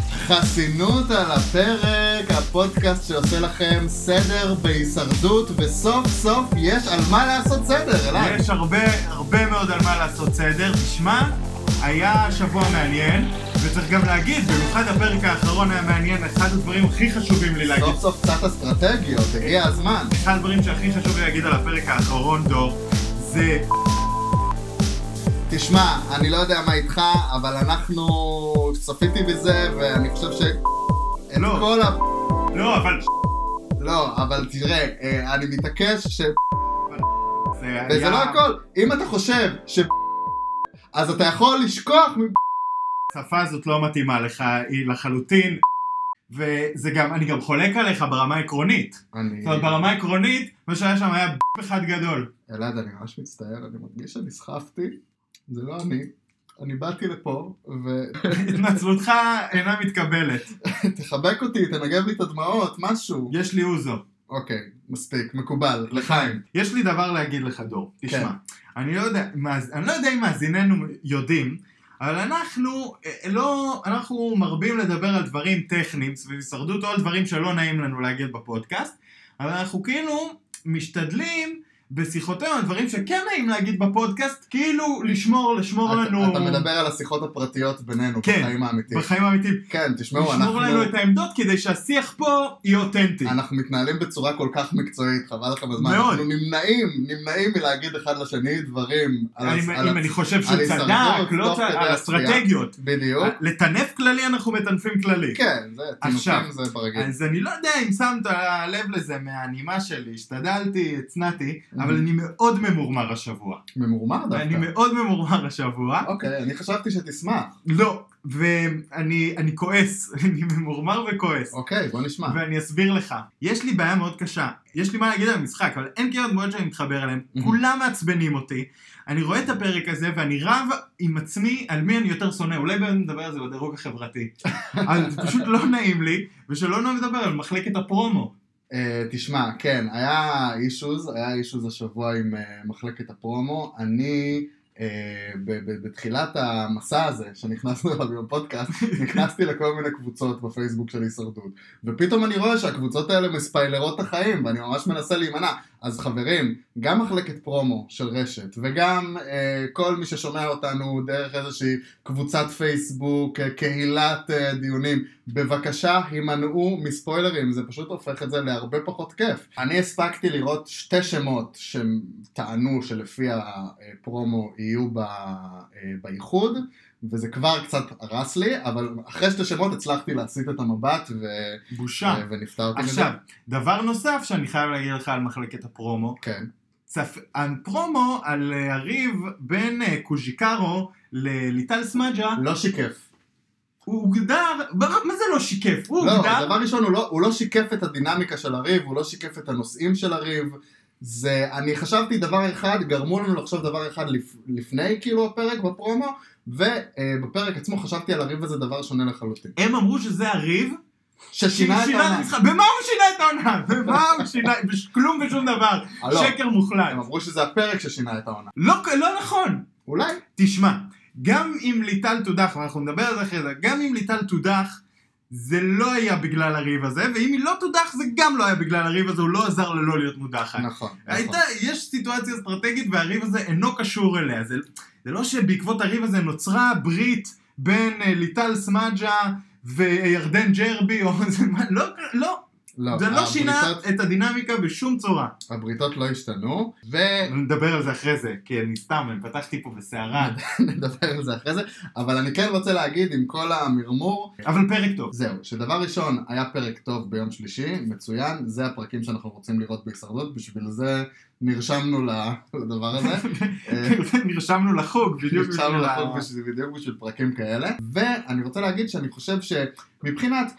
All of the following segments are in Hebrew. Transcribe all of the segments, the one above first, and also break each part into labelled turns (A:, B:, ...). A: חסינות על הפרק, הפודקאסט שעושה לכם סדר בהישרדות, וסוף סוף יש על מה לעשות סדר, אלעד.
B: יש הרבה, הרבה מאוד על מה לעשות סדר. תשמע, היה שבוע מעניין, וצריך גם להגיד, במיוחד הפרק האחרון היה מעניין, אחד הדברים הכי חשובים לי להגיד.
A: סוף סוף קצת אסטרטגיות, הגיע הזמן.
B: אחד הדברים שהכי חשוב לי להגיד על הפרק האחרון, דור, זה...
A: תשמע, אני לא יודע מה איתך, אבל אנחנו צפיתי בזה, ואני חושב ש... את
B: לא.
A: כל ה...
B: לא, אבל...
A: לא, אבל תראה, אה, אני מתעקש ש...
B: זה
A: וזה
B: היה-
A: לא הכל. אם אתה חושב ש... אז אתה יכול לשכוח מ...
B: השפה הזאת לא מתאימה לך, היא לחלוטין. וזה גם, אני גם חולק עליך ברמה העקרונית.
A: אני...
B: זאת אומרת, ברמה העקרונית, מה שהיה שם היה אחד גדול.
A: אלעד, אני ממש מצטער, אני מרגיש שנסחפתי, זה לא אני. אני באתי לפה,
B: התנצלותך אינה מתקבלת.
A: ותחבק אותי, תנגב לי את הדמעות, משהו.
B: יש לי אוזו.
A: אוקיי, מספיק, מקובל, לחיים.
B: יש לי דבר להגיד לך, דור. תשמע, כן. אני, לא יודע, מאז- אני לא יודע אם מאזיננו יודעים, אבל אנחנו אה, לא, אנחנו מרבים לדבר על דברים טכניים סביב הישרדות או על דברים שלא נעים לנו להגיד בפודקאסט, אבל אנחנו כאילו משתדלים בשיחותינו על דברים שכן נעים להגיד בפודקאסט, כאילו לשמור, לשמור
A: אתה-
B: לנו...
A: אתה מדבר על השיחות הפרטיות בינינו,
B: כן,
A: בחיים האמיתיים.
B: בחיים האמיתיים,
A: כן, תשמעו,
B: לשמור לנו
A: אנחנו...
B: את העמדות כדי שהשיח פה יהיה אותנטי.
A: אנחנו מתנהלים בצורה כל כך מקצועית, חבל לכם הזמן.
B: מאוד.
A: אנחנו נמנעים, נמנעים מלהגיד אחד לשני דברים על...
B: אם
A: הס- על
B: אם
A: הצ-
B: אני חושב שהוא
A: הישרדות,
B: צדק, לא
A: תוך
B: צדק,
A: כדי
B: על
A: הצפייה.
B: אסטרטגיות.
A: בדיוק.
B: לטנף כללי אנחנו מטנפים כללי.
A: אוקיי. כן, אוקיי. זה,
B: עכשיו,
A: תינוקים זה ברגיל.
B: אז אני לא יודע אם שמת לב לזה מהנימה שלי, השתדלתי, הצנעתי, אבל
A: Mhm.
B: אני מאוד ממורמר השבוע.
A: ממורמר
B: אני
A: דווקא.
B: מאוד ממורמר השבוע.
A: אוקיי, אני חשבתי שתשמח.
B: לא, ואני אני כועס, אני ממורמר וכועס.
A: אוקיי, בוא נשמע.
B: ואני אסביר לך. יש לי בעיה מאוד קשה. יש לי מה להגיד על המשחק, אבל אין קריאות מאוד שאני מתחבר אליהן.
A: Mhm.
B: כולם מעצבנים אותי. אני רואה את הפרק הזה ואני רב עם עצמי על מי אני יותר שונא. אולי באמת נדבר על זה בדירוג החברתי. אבל זה פשוט לא נעים לי, ושלא נעים לדבר על מחלקת הפרומו.
A: אה, תשמע, כן, היה אישוז, היה אישוז השבוע עם אה, מחלקת הפרומו. אני, אה, ב- ב- בתחילת המסע הזה, שנכנסנו אליו עם הפודקאסט, נכנסתי לכל מיני קבוצות בפייסבוק של הישרדות. ופתאום אני רואה שהקבוצות האלה מספיילרות את החיים, ואני ממש מנסה להימנע. אז חברים, גם מחלקת פרומו של רשת, וגם אה, כל מי ששומע אותנו דרך איזושהי קבוצת פייסבוק, אה, קהילת אה, דיונים, בבקשה, הימנעו מספוילרים, זה פשוט הופך את זה להרבה פחות כיף. אני הספקתי לראות שתי שמות שהם טענו שלפי הפרומו יהיו ב, אה, באיחוד, וזה כבר קצת הרס לי, אבל אחרי שתי שמות הצלחתי להסיט את המבט ו, אה,
B: בושה.
A: אוקיי, ונפטרתי מזה.
B: עכשיו, דבר נוסף שאני חייב להגיד לך על מחלקת הפרומו,
A: כן,
B: צפ... הפרומו על אה, הריב בין אה, קוז'יקרו לליטל סמג'ה,
A: לא שיקף.
B: הוא הוגדר, ב- מה זה לא שיקף? הוא
A: לא,
B: הוגדר,
A: דבר ראשון, הוא לא, הוא לא שיקף את הדינמיקה של הריב, הוא לא שיקף את הנושאים של הריב. זה, אני חשבתי דבר אחד, גרמו לנו לחשוב דבר אחד לפ, לפני כאילו הפרק בפרומו, ובפרק עצמו חשבתי על הריב הזה דבר שונה לחלוטין.
B: הם אמרו שזה הריב,
A: ששינה את העונה.
B: המשחק. במה הוא שינה את העונה? במה הוא שינה? בש- כלום ושום דבר.
A: אה, לא,
B: שקר מוחלט.
A: הם אמרו שזה הפרק ששינה את העונה.
B: לא, לא נכון.
A: אולי?
B: תשמע, גם אם ליטל תודח, ואנחנו נדבר על זה אחרי זה, גם אם ליטל תודח, זה לא היה בגלל הריב הזה, ואם היא לא תודח, זה גם לא היה בגלל הריב הזה, הוא לא עזר לה לא להיות מודחת.
A: נכון.
B: הייתה,
A: נכון.
B: יש סיטואציה אסטרטגית והריב הזה אינו קשור אליה. זה, זה לא שבעקבות הריב הזה נוצרה ברית בין אה, ליטל סמג'ה וירדן ג'רבי, או זה, מה- לא, לא, זה
A: אה,
B: לא שינה
A: הבריתות-
B: את הדינמיקה בשום צורה.
A: הבריתות לא השתנו, ו...
B: נדבר על זה אחרי זה, כי אני סתם, פתחתי פה בסערה,
A: נדבר על זה אחרי זה, אבל אני כן רוצה להגיד, עם כל המרמור,
B: אבל פרק טוב.
A: זהו, שדבר ראשון, היה פרק טוב ביום שלישי, מצוין, זה הפרקים שאנחנו רוצים לראות בהישרדות, בשביל זה נרשמנו ל- לדבר הזה. אה,
B: נרשמנו לחוג, בדיוק
A: נרשמנו
B: בשביל ה-
A: לחוק בשביל- בדיוק בשביל פרקים כאלה. ואני רוצה להגיד שאני חושב שמבחינת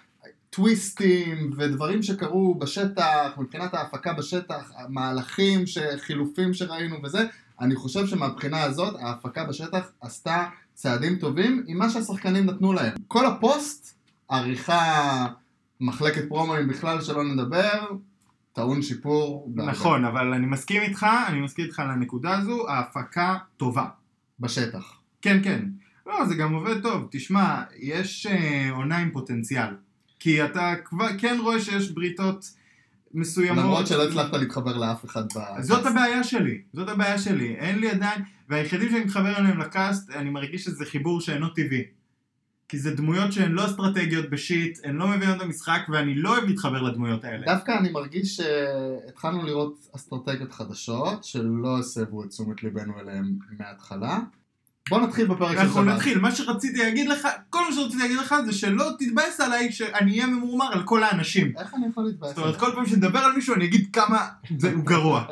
A: טוויסטים ודברים שקרו בשטח, מבחינת ההפקה בשטח, מהלכים, ש- חילופים שראינו וזה, אני חושב שמבחינה הזאת ההפקה בשטח עשתה צעדים טובים עם מה שהשחקנים נתנו להם. כל הפוסט, עריכה, מחלקת פרומואים בכלל שלא נדבר, טעון שיפור. בהרבה.
B: נכון, אבל אני מסכים איתך, אני מסכים איתך על הנקודה הזו, ההפקה טובה.
A: בשטח.
B: כן, כן. לא, זה גם עובד טוב. תשמע, יש אה, עונה עם פוטנציאל. כי אתה כבר כן רואה שיש בריתות מסוימות.
A: למרות שלא הצלחת להתחבר לאף אחד ב...
B: זאת הבעיה שלי, זאת הבעיה שלי, אין לי עדיין, והיחידים שאני מתחבר אליהם לקאסט, אני מרגיש שזה חיבור שאינו טבעי. כי זה דמויות שהן לא אסטרטגיות בשיט, הן לא מבינות את המשחק, ואני לא אוהב להתחבר לדמויות האלה.
A: דווקא אני מרגיש שהתחלנו לראות אסטרטגיות חדשות שלא הסבו את תשומת ליבנו אליהם מההתחלה. בוא נתחיל בפרק של
B: אנחנו
A: שבת.
B: נתחיל, מה שרציתי להגיד לך, כל מה שרציתי להגיד לך זה שלא תתבאס עליי שאני אהיה ממורמר על כל האנשים.
A: איך אני יכול להתבאס?
B: זאת אומרת, כל פעם שנדבר על מישהו אני אגיד כמה זה הוא גרוע.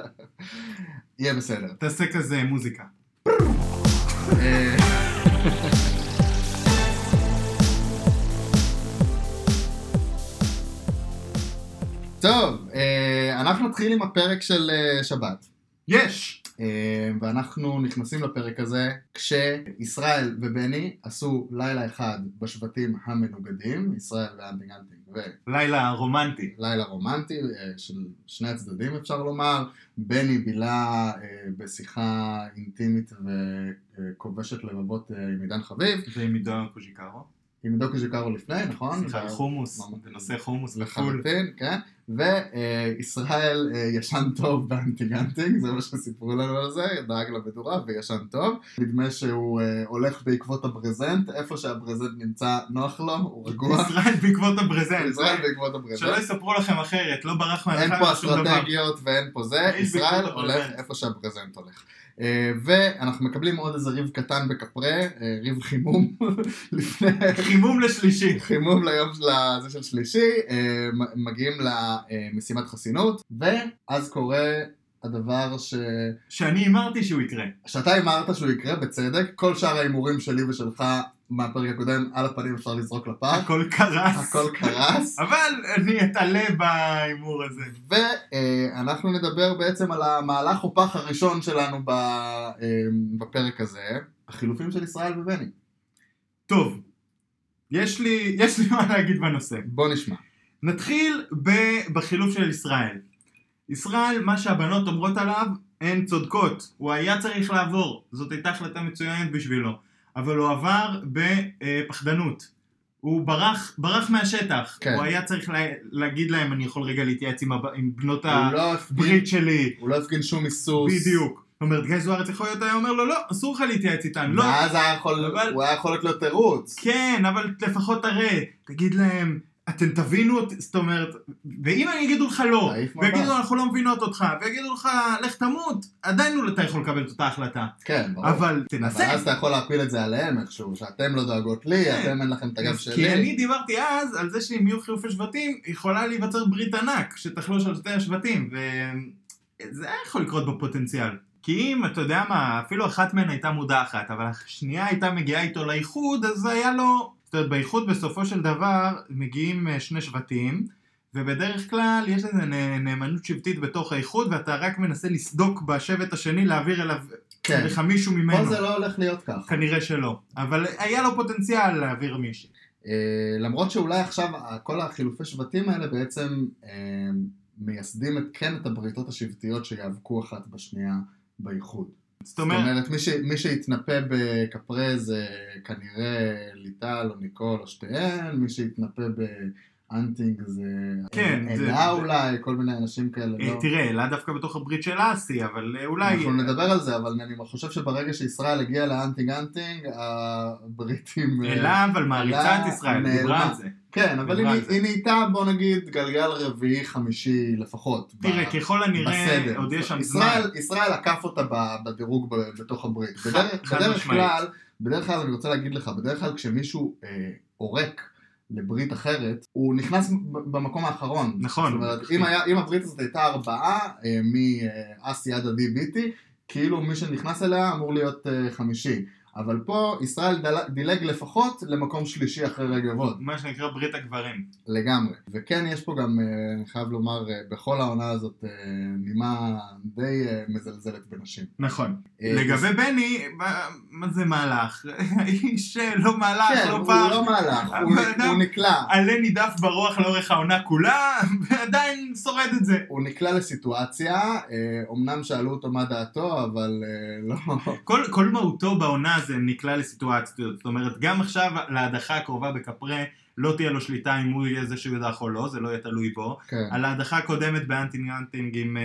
A: יהיה בסדר.
B: תעשה כזה מוזיקה.
A: אה, טוב, אה, אנחנו נתחיל עם הפרק של אה, שבת.
B: יש!
A: אה, ואנחנו נכנסים לפרק הזה כשישראל ובני עשו לילה אחד בשבטים המנוגדים, ישראל והאנטינגנטינג
B: לילה רומנטי.
A: ולילה רומנטי אה, של שני הצדדים אפשר לומר, בני בילה אה, בשיחה אינטימית וכובשת לבבות אה, עם עידן חביב,
B: זה עם עידו קוז'יקרו.
A: עם דוקו ז'יקרו לפני, נכון?
B: סליחה, על חומוס,
A: ממש.
B: בנושא חומוס בחו"ל.
A: לחלוטין, כן, וישראל אה, ישן טוב באנטיגנטינג, זה מה שסיפרו לנו על זה, דאג למדורה וישן טוב. נדמה שהוא אה, הולך בעקבות הברזנט, איפה שהברזנט נמצא נוח לו, הוא רגוע.
B: ישראל בעקבות הברזנט.
A: ישראל בעקבות
B: שלא
A: הברזנט.
B: יספרו לכם אחרת, לא ברח
A: אין
B: מהלכה
A: פה
B: ושום דבר.
A: אסטרטגיות ואין פה זה,
B: אין
A: ישראל
B: בעקבות
A: הולך
B: הברזנט.
A: איפה שהברזנט הולך. אה, ואנחנו מקבלים עוד איזה ריב קטן בקפרה, אה, ריב חימום, לפני
B: חימום לשלישי.
A: חימום ליום של הזה של שלישי, אה, מ- מגיעים למשימת חסינות, ואז קורה הדבר ש...
B: שאני הימרתי שהוא יקרה.
A: שאתה הימרת שהוא יקרה, בצדק, כל שאר ההימורים שלי ושלך מהפרק הקודם, על הפנים אפשר לזרוק לפח,
B: הכל קרס.
A: אה? הכל קרס,
B: אבל אני אתעלה בהימור הזה.
A: ואנחנו אה, נדבר בעצם על המהלך או פח הראשון שלנו ב- אה, בפרק הזה, החילופים של ישראל ובני.
B: טוב, יש לי, יש לי מה להגיד בנושא.
A: בוא נשמע.
B: נתחיל ב- בחילוף של ישראל. ישראל, מה שהבנות אומרות עליו, הן צודקות. הוא היה צריך לעבור. זאת הייתה החלטה מצוינת בשבילו. אבל הוא עבר בפחדנות. הוא ברח, ברח מהשטח.
A: כן.
B: כן. הוא היה צריך לה, להגיד להם, אני יכול רגע להתייעץ עם, הב, עם בנות
A: הוא לא הפגין-
B: הברית שלי.
A: הוא לא הפגין שום היסוס.
B: בדיוק. זאת אומרת, גיא זוארץ יכול להיות היה אומר לו, לא, אסור לך להתייעץ איתן. לא,
A: ואז היה יכול-
B: אבל-
A: הוא היה יכול להיות לו תירוץ.
B: כן, אבל לפחות תראה, תגיד להם, אתם תבינו אותי, זאת אומרת, ואם הם יגידו לך לא,
A: תעיף מבט.
B: ויגידו אנחנו לא מבינות אותך, ויגידו לך לך תמות, עדיין לא- אתה יכול לקבל את אותה החלטה,
A: כן, ברור.
B: אבל תנסה.
A: ואז אתה יכול להפיל את זה עליהם איכשהו, שאתם לא דואגות לי,
B: כן.
A: אתם אין לכם את הגב שלי.
B: כי אני דיברתי אז על זה שאם יהיו חילופי שבטים, יכולה להיווצר ברית ענק שתחלוש על שתי השבטים, וזה היה יכול לקרות בפוטנציאל. כי אם, אתה יודע מה, אפילו אחת מהן הייתה מודחת, אבל השנייה הייתה מגיעה איתו לאיחוד, אז היה לו... זאת אומרת, באיחוד בסופו של דבר מגיעים אה, שני שבטים, ובדרך כלל יש איזה נ- נאמנות שבטית בתוך האיחוד, ואתה רק מנסה לסדוק בשבט השני, להעביר אליו
A: כן.
B: לך מישהו ממנו.
A: פה זה לא הולך להיות ככה.
B: כנראה שלא. אבל היה לו פוטנציאל להעביר מישהו.
A: אה, למרות שאולי עכשיו ה- כל החילופי שבטים האלה בעצם אה, מייסדים את- כן את הבריתות השבטיות שיאבקו אחת בשנייה באיחוד.
B: זאת
A: זאת
B: אומרת,
A: אומרת, מי ש- מי שהתנפה בקפרה זה כנראה ליטל או ניקול או שתיהן, מי שהתנפה באנטינג זה
B: כן, זה-
A: אלה אולי, כל מיני אנשים כאלה.
B: אה,
A: לא?
B: תראה, אלה דווקא בתוך הברית של אסי, אבל אה, אולי...
A: אנחנו נדבר על זה, אבל אני חושב שברגע שישראל הגיעה לאנטינג אנטינג, הבריטים... אה,
B: אלה אבל מעריצה
A: אלה
B: את ישראל,
A: נעלמה.
B: דיברה על זה.
A: כן, אבל היא
B: דיברה על
A: היא נהייתה, בוא נגיד, גלגל רביעי, חמישי לפחות. ב-
B: תראה, ככל הנראה,
A: בסדר.
B: עוד יש שם זמן.
A: ישראל- ישראל עקף אותה ב- בדירוג ב- בתוך הברית.
B: חד-
A: בדרך-
B: חד
A: בדרך
B: משמעית.
A: כלל, בדרך כלל, אני רוצה להגיד לך, בדרך כלל כשמישהו אה, עורק לברית אחרת, הוא נכנס ב- במקום האחרון.
B: נכון.
A: זאת אומרת, אם, היה, אם הברית הזאת הייתה ארבעה אה, מאסי עד ה-DBT, כאילו מי שנכנס אליה אמור להיות אה, חמישי. אבל פה ישראל דל- דילג לפחות למקום שלישי אחרי רגבות,
B: מה שנקרא ברית הגברים.
A: לגמרי. וכן, יש פה גם, אה, אני חייב לומר, אה, בכל העונה הזאת אה, נימה די אה, מזלזלת בנשים.
B: נכון.
A: אה,
B: לגבי בני, מה- מה זה מהלך? האיש אה, לא מהלך,
A: כן,
B: לא
A: הוא
B: פעם.
A: לא מהלך, הוא-
B: הבן אדם-
A: הוא נקלע.
B: עלה נידף ברוח לאורך העונה כולה, ועדיין שורד את זה.
A: הוא נקלע לסיטואציה, אה, אומנם שאלו אותו מה דעתו, אבל אה, לא...
B: כל, כל מהותו בעונה אז נקלע לסיטואציות. זאת אומרת, גם עכשיו להדחה הקרובה בקפרה, לא תהיה לו שליטה אם הוא יהיה זה שיודח או לא, זה לא יהיה תלוי בו.
A: כן.
B: על ההדחה הקודמת באנטינגנטינג עם, אה,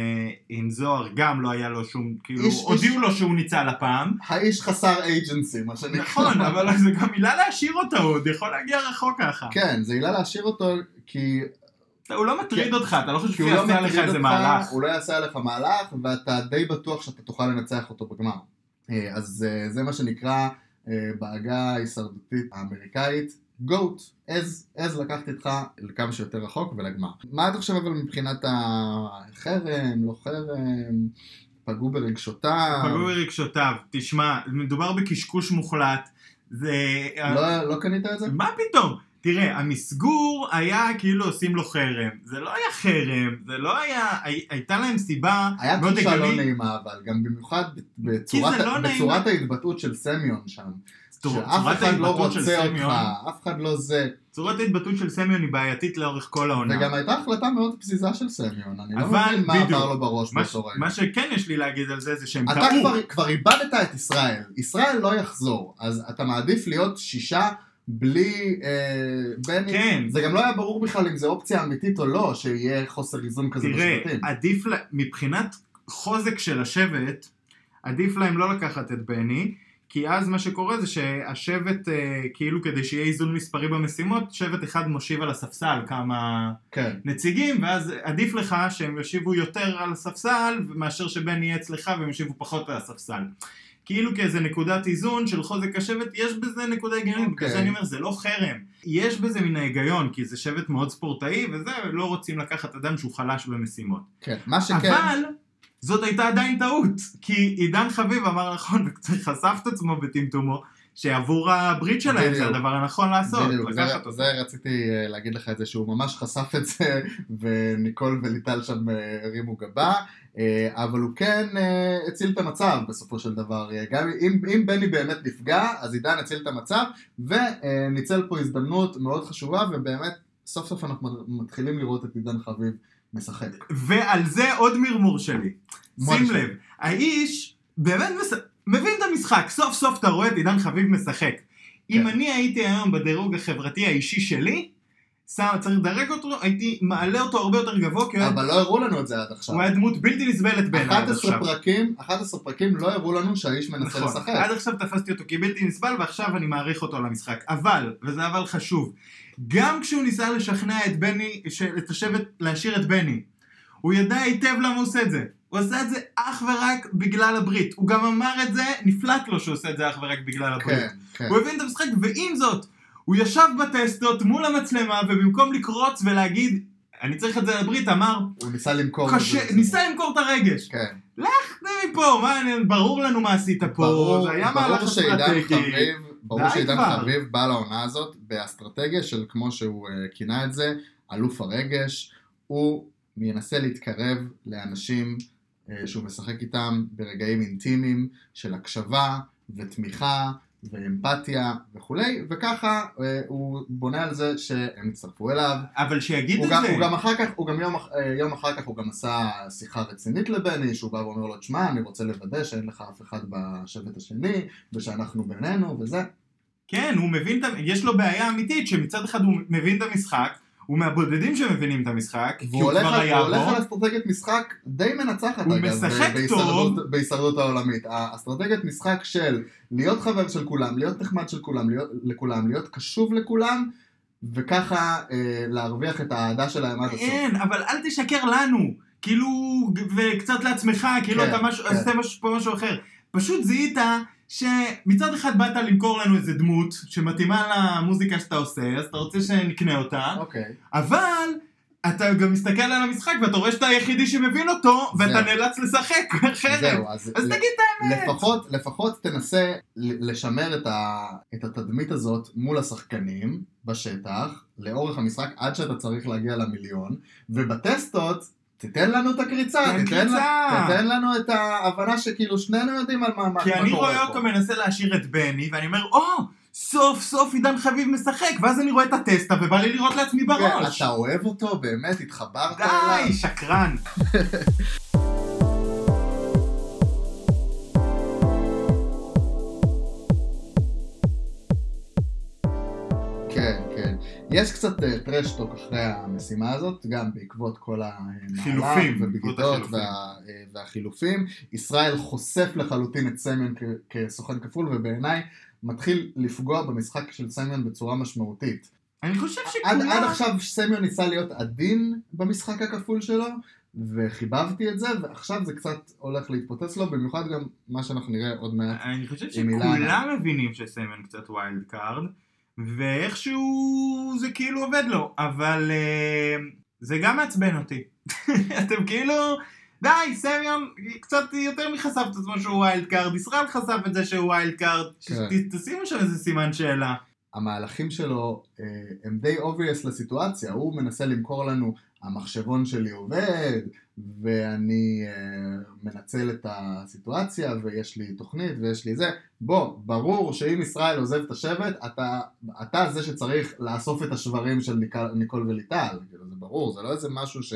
B: עם זוהר, גם לא היה לו שום, כאילו,
A: איש-
B: הודיעו לו שהוא ניצל הפעם.
A: האיש חסר אייג'נסי, מה שנקרא.
B: נכון, אבל זה גם מילה להשאיר אותו, הוא עוד יכול להגיע רחוק ככה.
A: כן, זה עילה להשאיר אותו, כי
B: אתה- הוא לא מטריד
A: כן.
B: אותך, אתה לא חושב
A: כי
B: שהוא
A: הוא לא
B: יעשה לך
A: מטריד
B: איזה
A: אותך,
B: מהלך.
A: הוא לא יעשה עליך מהלך, ואתה די בטוח שאתה תוכל לנצח אותו בגמר. אה, אז אה, זה מה שנקרא אה, בעגה ההישרדותית האמריקאית, גוט, עז, עז לקחת איתך לכמה שיותר רחוק ולגמר. מה אתה חושב אבל מבחינת החרם, לא חרם, פגעו ברגשותיו,
B: פגעו ברגשותיו, תשמע, מדובר בקשקוש מוחלט. זה...
A: לא, לא קנית את זה?
B: מה פתאום? תראה, המסגור היה כאילו עושים לו חרם. זה לא היה חרם, זה לא היה... הי- הייתה להם סיבה
A: היה
B: מאוד
A: תחושה לא
B: הגיונית.
A: נעימה אבל, גם במיוחד בצורת,
B: כי זה לא נעים.
A: בצורת ההתבטאות של סמיון שם,
B: צור-
A: שאף אחד לא
B: ההתבטאות של
A: רוצה אותך,
B: סמיון-
A: אף אחד לא זה,
B: צורת ההתבטאות של סמיון היא בעייתית לאורך כל העונה.
A: וגם הייתה החלטה מאוד פזיזה של סמיון, אני לא
B: אבל
A: מבין מה
B: בדיוק.
A: עבר לו בראש
B: מה ש-
A: באותו רגע.
B: מה שכן יש לי להגיד על זה, זה שהם
A: לא אתה
B: טעו.
A: כבר- כבר איבדת את ישראל, ישראל לא יחזור, אז אתה מעדיף להיות שישה בלי אה, בני.
B: כן,
A: זה גם לא היה ברור בכלל אם זו אופציה אמיתית או לא, שיהיה חוסר איזון כזה
B: תראה,
A: בשבטים.
B: עדיף, לה- מבחינת חוזק של השבט, עדיף להם לא לקחת את בני, כי אז מה שקורה זה שהשבט, אה, כאילו כדי שיהיה איזון מספרי במשימות, שבט אחד מושיב על הספסל כמה
A: כן,
B: נציגים, ואז עדיף לך שהם יושיבו יותר על הספסל, מאשר שבני יהיה אצלך והם יושיבו פחות על הספסל. כאילו כאיזה נקודת איזון של חוזק השבט, יש בזה נקודה הגיונית, בגלל
A: אוקיי.
B: זה אני אומר, זה לא חרם. יש בזה מן ההיגיון, כי זה שבט מאוד ספורטאי, וזה, לא רוצים לקחת אדם שהוא חלש במשימות.
A: כן. מה שכן,
B: אבל זאת הייתה עדיין טעות, כי עידן חביב אמר נכון, חשף את עצמו בטמטומו, שעבור הברית שלהם זה
A: בדיוק.
B: הדבר הנכון לעשות,
A: בדיוק, זה-
B: לקחת אותו.
A: זה רציתי אה, להגיד לך את זה, שהוא ממש חשף את זה, וניקול וליטל שם אה, הרימו גבה, אה, אבל הוא כן אה, הציל את המצב בסופו של דבר. אה, גם אם, אם בני באמת נפגע, אז עידן הציל את המצב, וניצל פה הזדמנות מאוד חשובה, ובאמת, סוף סוף אנחנו מתחילים לראות את עידן חביב משחק.
B: ועל זה עוד מרמור שלי.
A: מולי
B: שים
A: שלי.
B: לב, האיש באמת מס... מבין את המשחק, סוף סוף אתה רואה את עידן חביב משחק. אם אני הייתי היום בדירוג החברתי האישי שלי, שם, צריך לדרג אותו, הייתי מעלה אותו הרבה יותר גבוה, כי הוא היה-
A: אבל לא הראו לנו את זה עד עכשיו.
B: כן. הוא היה דמות בלתי נסבלת בעיניי עד
A: 11
B: עכשיו.
A: פרקים, 11 פרקים לא הראו לנו שהאיש מנסה
B: נכון,
A: לשחק.
B: עד עכשיו תפסתי אותו כבלתי נסבל ועכשיו אני מעריך אותו למשחק. אבל, וזה אבל חשוב, גם כשהוא ניסה לשכנע את בני, ש- את השבט להשאיר את בני, הוא ידע היטב למה הוא עושה את זה. הוא עשה את זה אך ורק בגלל הברית. הוא גם אמר את זה, נפלט לו שהוא עושה את זה אך ורק בגלל הברית.
A: כן, כן.
B: הוא הבין את המשחק, ועם זאת, הוא ישב בטסטות מול המצלמה, ובמקום לקרוץ ולהגיד, אני צריך את זה לברית, אמר,
A: הוא ניסה למכור. את
B: קשה,
A: זה.
B: ניסה למכור את הרגש.
A: כן.
B: זה מפה, מה, אני- ברור לנו מה עשית פה, זה היה מהלך
A: ברור שעידן
B: אסטרטגי.
A: חביב, ברור
B: די
A: שעידן
B: כבר.
A: חביב בא לעונה הזאת באסטרטגיה של, כמו שהוא אה, כינה את זה, אלוף הרגש. הוא ינסה להתקרב לאנשים אה, שהוא משחק איתם ברגעים אינטימיים של הקשבה ותמיכה. ואמפתיה וכולי, וככה אה, הוא בונה על זה שהם יצטרפו אליו.
B: אבל שיגיד
A: הוא
B: את
A: גם,
B: זה.
A: הוא גם אחר כך, הוא גם יום, אח- אה, יום אחר כך הוא גם עשה שיחה רצינית לבני, שהוא בא ואומר לו, תשמע, אני רוצה לוודא שאין לך אף אחד בשבט השני, ושאנחנו בינינו, וזה.
B: כן, הוא מבין, את ה- יש לו בעיה אמיתית, שמצד אחד הוא מבין את המשחק, הוא מהבודדים שמבינים את המשחק, כי
A: והוא
B: הוא
A: הולך,
B: כבר
A: על-
B: היה
A: הוא הולך
B: בו.
A: על אסטרטגיית משחק די מנצחת,
B: הוא
A: אגב,
B: משחק
A: ב-
B: טוב.
A: בהישרדות- בהישרדות העולמית. האסטרטגיית משחק של להיות חבר של כולם, להיות נחמד של כולם, להיות, לכולם, להיות קשוב לכולם, וככה אה, להרוויח את האהדה שלהם עד הסוף.
B: אין, כן, אבל אל תשקר לנו. כאילו, וקצת לעצמך, כאילו
A: כן,
B: אתה משהו,
A: כן.
B: עשית משהו- פה משהו אחר. פשוט זיהית שמצד אחד באת למכור לנו איזה דמות שמתאימה למוזיקה שאתה עושה, אז אתה רוצה שנקנה אותה.
A: אוקיי.
B: אבל אתה גם מסתכל על המשחק ואתה רואה שאתה היחידי שמבין אותו, ואתה
A: זהו.
B: נאלץ לשחק אחרת.
A: זהו, אז...
B: אז
A: ל-
B: תגיד את
A: לפחות, לפחות תנסה ל- לשמר את, ה, את התדמית הזאת מול השחקנים בשטח, לאורך המשחק, עד שאתה צריך להגיע למיליון, ובטסטות, תיתן לנו את הקריצה,
B: האמת.
A: תיתן, לה-
B: קריצה.
A: תיתן לנו את ההבנה שכאילו שנינו יודעים על מה, מה,
B: כי
A: מה
B: אני
A: קורה
B: רואה
A: פה.
B: אותו מנסה להשאיר את בני, ואני אומר, או, סוף סוף עידן חביב משחק, ואז אני רואה את הטסטה ובא לי לראות לעצמי
A: כן,
B: בראש.
A: אתה אוהב אותו? באמת התחברת אליו?
B: די, שקרן.
A: כן, כן. יש קצת טרשטוק אחרי המשימה הזאת, גם בעקבות כל המהלך,
B: חילופים,
A: ובגידות
B: בעקבות החילופים.
A: וה, אה, והחילופים. ישראל חושף לחלוטין את סמיון כ- כסוכן כפול, ובעיניי מתחיל לפגוע במשחק של סמיון בצורה משמעותית.
B: אני חושב
A: עד,
B: שכולם...
A: עד עכשיו סמיון ניסה להיות עדין במשחק הכפול שלו, וחיבבתי את זה, ועכשיו זה קצת הולך להתפוצץ לו, במיוחד גם מה שאנחנו נראה עוד מעט.
B: אני חושב
A: עם אילנה.
B: שכולם מבינים שסיימן קצת ויילד קארד, ואיכשהו זה כאילו עובד לו, אבל אה, זה גם מעצבן אותי. אתם כאילו... די, סמיון קצת יותר מחשף את עצמו שהוא ויילד קארד, ישראל חשף את זה שהוא ויילד קארד, ש-
A: כן.
B: ת- תשימו שם איזה סימן שאלה.
A: המהלכים שלו אה, הם די obvious לסיטואציה, הוא מנסה למכור לנו, המחשבון שלי עובד, ואני אה, מנצל את הסיטואציה, ויש לי תוכנית, ויש לי זה. בוא, ברור שאם ישראל עוזב את השבט, אתה, אתה זה שצריך לאסוף את השברים של ניקל, ניקול וליטל. כאילו, זה ברור, זה לא איזה משהו ש...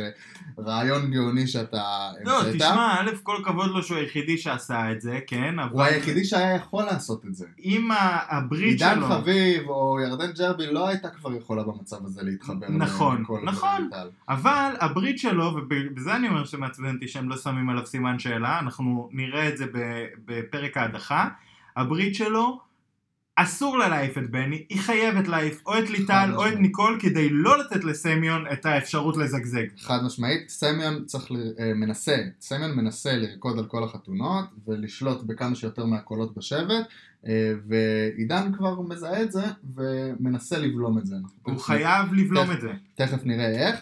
A: רעיון גאוני שאתה
B: לא, תשמע, א', כל כבוד לו שהוא היחידי שעשה את זה, כן, אבל...
A: הוא היחידי שהיה יכול לעשות את זה.
B: עם ה- הברית שלו...
A: עידן חביב או ירדן ג'רבי לא הייתה כבר יכולה במצב הזה להתחבר.
B: נכון,
A: לכל
B: נכון.
A: הטל.
B: אבל הברית שלו, ובזה אני אומר שמעצבן אותי שהם לא שמים עליו סימן שאלה, אנחנו נראה את זה ב- בפרק ההדחה, הברית שלו, אסור לה להעיף את בני, היא חייבת להעיף או את ליטל או את
A: משמעית.
B: ניקול כדי לא לתת לסמיון את האפשרות לזגזג.
A: חד משמעית, סמיון צריך, ל... אה, מנסה, סמיון מנסה לרקוד על כל החתונות ולשלוט בכמה שיותר מהקולות בשבט, אה, ועידן כבר מזהה את זה ומנסה לבלום את זה.
B: הוא חייב לבלום
A: תכף.
B: את זה.
A: תכף נראה איך.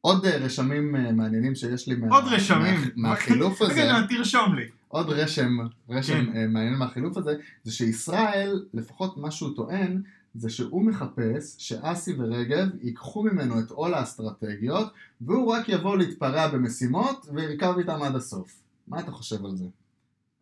A: עוד אה, רשמים אה, מעניינים שיש לי מה...
B: עוד רשמים.
A: מה... מהחילוף הזה.
B: רגע, תרשום לי.
A: עוד רשם, רשם
B: כן.
A: כן. מעניין מהחילוף הזה, זה שישראל, לפחות מה שהוא טוען, זה שהוא מחפש שאסי ורגב ייקחו ממנו את עול האסטרטגיות, והוא רק יבוא להתפרע במשימות וירכב איתם עד הסוף. מה אתה חושב על זה?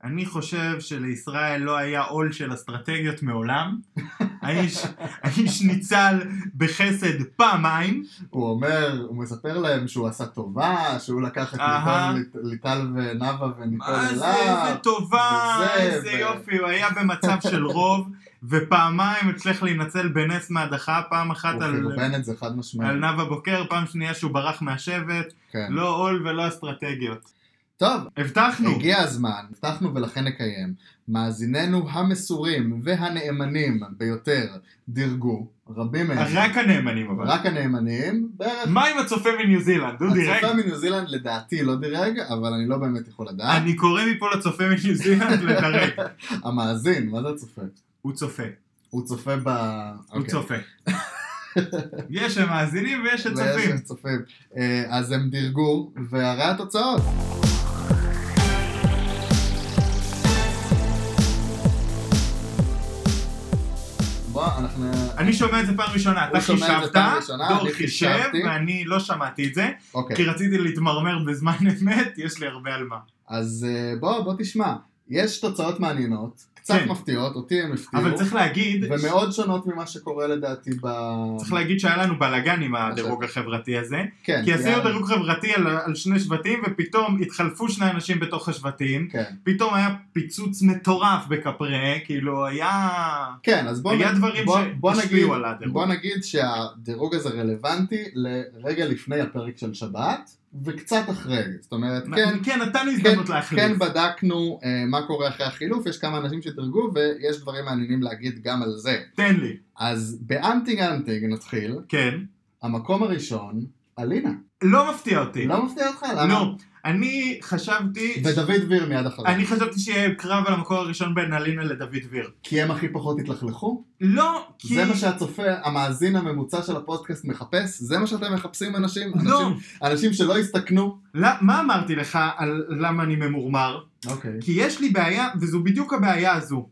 B: אני חושב שלישראל לא היה עול של אסטרטגיות מעולם. האיש, האיש ניצל בחסד פעמיים.
A: הוא אומר, הוא מספר להם שהוא עשה טובה, שהוא לקח את
B: אהה.
A: ליטל- ליטל ונאווה וניקול
B: מה זה,
A: אליו.
B: איזה טובה,
A: וזה,
B: איזה
A: ו-
B: יופי, הוא היה במצב של רוב, ופעמיים הצליח להינצל בנס מהדחה, פעם אחת
A: הוא
B: על,
A: חרבן את זה חד
B: על
A: משמעית.
B: נאוה בוקר, פעם שנייה שהוא ברח מהשבט,
A: כן.
B: לא עול ולא אסטרטגיות.
A: טוב,
B: הבטחנו,
A: הגיע הזמן, הבטחנו ולכן נקיים. מאזיננו המסורים והנאמנים ביותר דירגו, רבים מהם,
B: רק הנאמנים אבל.
A: רק הנאמנים, בערך
B: מה עם הצופה מניו זילנד? דודי, רגע.
A: הצופה מניו זילנד לדעתי לא דירג, אבל אני לא באמת יכול לדעת.
B: אני קורא מפה לצופה מניו זילנד לדרג.
A: המאזין, מה זה הצופה?
B: הוא צופה,
A: הוא צופה ב...
B: הוא
A: אוקיי.
B: צופה. יש המאזינים ויש הצופים.
A: ויש צופים. אה, אז הם דירגו, והרי התוצאות. בוא, אנחנו...
B: אני שומע את זה פעם ראשונה, אתה
A: הוא שומע את זה
B: חישבת,
A: פעם ראשונה,
B: דור
A: אני
B: חישב,
A: חישבתי.
B: ואני לא שמעתי את זה,
A: אוקיי.
B: כי רציתי להתמרמר בזמן אמת, יש לי הרבה על מה.
A: אז אה, בוא, בוא תשמע. יש תוצאות מעניינות, קצת
B: כן.
A: מפתיעות, אותי הן הפתיעו,
B: אבל צריך להגיד,
A: ומאוד שונות ממה שקורה לדעתי ב...
B: צריך להגיד שהיה לנו בלאגן עם הדירוג החברתי הזה,
A: כן,
B: כי עשינו
A: היה-
B: דירוג חברתי על- על שני שבטים, ופתאום התחלפו שני אנשים בתוך השבטים,
A: כן.
B: פתאום היה פיצוץ מטורף בקפרה, כאילו היה...
A: כן, אז בוא,
B: היה
A: נ-
B: דברים
A: בוא, בוא נגיד,
B: שהשפיעו על
A: בוא
B: הדירוג.
A: נגיד שהדירוג הזה רלוונטי לרגע לפני הפרק של שבת, וקצת אחרי, זאת אומרת, כן,
B: כן, נתנו
A: כן,
B: הזדמנות להחליף.
A: כן בדקנו אה, מה קורה אחרי החילוף, יש כמה אנשים שדירגו, ויש דברים מעניינים להגיד גם על זה.
B: תן לי.
A: אז באנטינג אנטינג נתחיל,
B: כן.
A: המקום הראשון, אלינה.
B: לא מפתיע אותי.
A: לא מפתיע אותך? למה?
B: לא. אני חשבתי...
A: ודוד ויר מיד אחריו.
B: אני חשבתי שיהיה קרב על המקור הראשון בין אלינה לדוד ויר.
A: כי הם הכי פחות התלכלכו?
B: לא, כי...
A: זה מה שהצופה, המאזין הממוצע של הפודקאסט מחפש? זה מה שאתם מחפשים אנשים?
B: לא,
A: אנשים- אנשים שלא הסתכנו?
B: לא, מה אמרתי לך על למה אני ממורמר?
A: אוקיי.
B: כי יש לי בעיה, וזו בדיוק הבעיה הזו.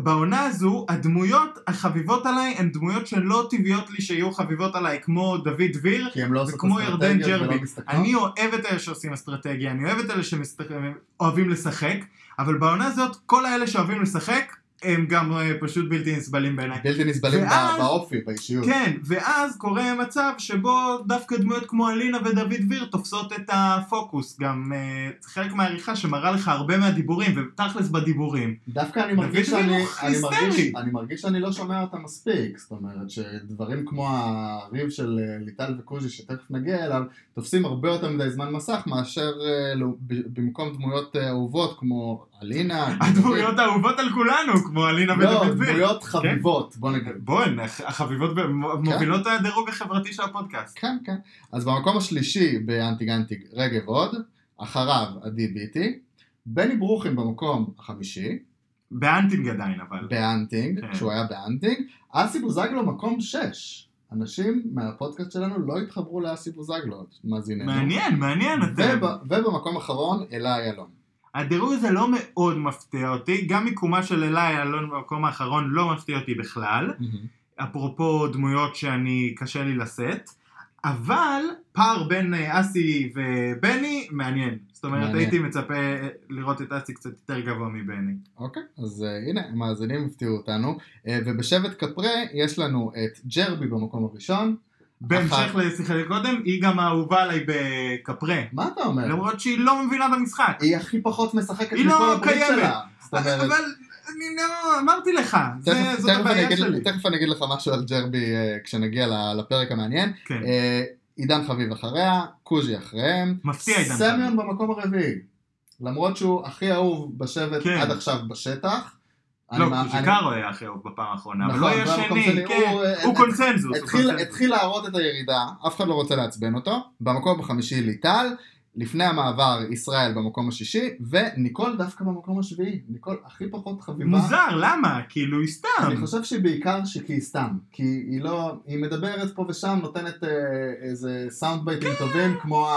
B: בעונה הזו, הדמויות החביבות עליי הן דמויות שלא טבעיות לי שיהיו חביבות עליי, כמו דוד ויר.
A: כי הם לא עושים
B: וכמו ירדן ג'רבי,
A: ולא מסתכנות?
B: אני אוהב את אלה שעושים אסטרטגיה, אני אוהב את אלה שאוהבים לשחק, אבל בעונה הזאת, כל האלה שאוהבים לשחק, הם גם אה, פשוט בלתי נסבלים בעיניי.
A: בלתי נסבלים ב-
B: ואז-
A: באופי, באישיות.
B: כן, ואז קורה מצב שבו דווקא דמויות כמו אלינה ודוד דביר תופסות את הפוקוס. גם אה, זה חלק מהעריכה שמראה לך הרבה מהדיבורים, ותכלס בדיבורים.
A: דווקא אני
B: דוד
A: מרגיש שאני,
B: ביטן הוא
A: אני מרגיש,
B: היסטרי.
A: אני מרגיש שאני לא שומע אותה מספיק, זאת אומרת שדברים כמו הריב של אה, ליטל וקוז'י שתכף נגיע אליו, תופסים הרבה יותר מדי זמן מסך מאשר אה, לא- ב- במקום דמויות אה, אהובות כמו אלינה,
B: הדמויות האהובות על כולנו, כמו אלינה
A: לא,
B: ודוד כן? דביר.
A: דמויות חביבות, בוא נגיד.
B: בואי, הח- החביבות ב- מובילות את הדירוג החברתי של הפודקאסט.
A: כן, כן. אז במקום השלישי באנטיג אנטיג רגב עוד, אחריו עדי ביטי, בני ברוכין במקום החמישי,
B: באנטינג עדיין, אבל.
A: באנטינג,
B: כן.
A: כשהוא היה באנטינג, אסי בוזגלו מקום שש. אנשים מהפודקאסט שלנו לא התחברו לאסי בוזגלו, מאזיננו.
B: מעניין, מעניין אתם.
A: וב- ובמקום האחרון, אלה איילון.
B: הדירוג הזה לא מאוד מפתיע אותי, גם מיקומה של אליי אלון במקום האחרון לא מפתיע אותי בכלל. אפרופו דמויות שאני קשה לי לשאת, אבל פער בין אה, אסי ובני מעניין. זאת אומרת,
A: מעניין.
B: הייתי מצפה אה, לראות את אסי קצת יותר גבוה מבני.
A: אוקיי, אז אה, הנה, המאזינים הפתיעו אותנו. אה, ובשבט קפרה יש לנו את ג'רבי במקום הראשון.
B: בהמשך לשיחה קודם, היא גם האהובה עליי בקפרה.
A: מה אתה אומר?
B: למרות שהיא לא מבינה את המשחק.
A: היא הכי פחות משחקת
B: היא
A: מכל
B: לא
A: הברית
B: קיימת.
A: שלה. זאת אומרת,
B: אבל אני לא, אמרתי לך, זה-
A: תכף-
B: זאת
A: תכף אני
B: הבעיה
A: אגיד-
B: שלי.
A: תכף אני אגיד לך משהו על ג'רבי אה, כשנגיע ל- לפרק המעניין.
B: כן.
A: אה, עידן חביב אחריה, קוז'י אחריהם.
B: מפתיע עידן
A: סמיון
B: חביב.
A: במקום הרביעי. למרות שהוא הכי אהוב בשבט
B: כן.
A: עד עכשיו בשטח.
B: לא,
A: אני מה- אני-
B: קוז'יקרו היה הכי אהוב בפעם האחרונה, אבל
A: נכון,
B: לא היה
A: זה המקום
B: שני,
A: שלי.
B: כן,
A: הוא, אה,
B: הוא
A: אה,
B: קונצנזוס. הוא
A: התחיל-
B: קונצנזוס.
A: התחיל להראות את הירידה, אף אחד לא רוצה לעצבן אותו. במקום החמישי ליטל, לפני המעבר ישראל במקום השישי, וניקול דווקא במקום השביעי. ניקול הכי פחות חביבה.
B: מוזר, למה? כאילו, היא סתם.
A: אני חושב שבעיקר שכי היא סתם, כי היא לא, היא מדברת פה ושם, נותנת אה, איזה סאונד
B: כן.
A: בייטים טובים, כמו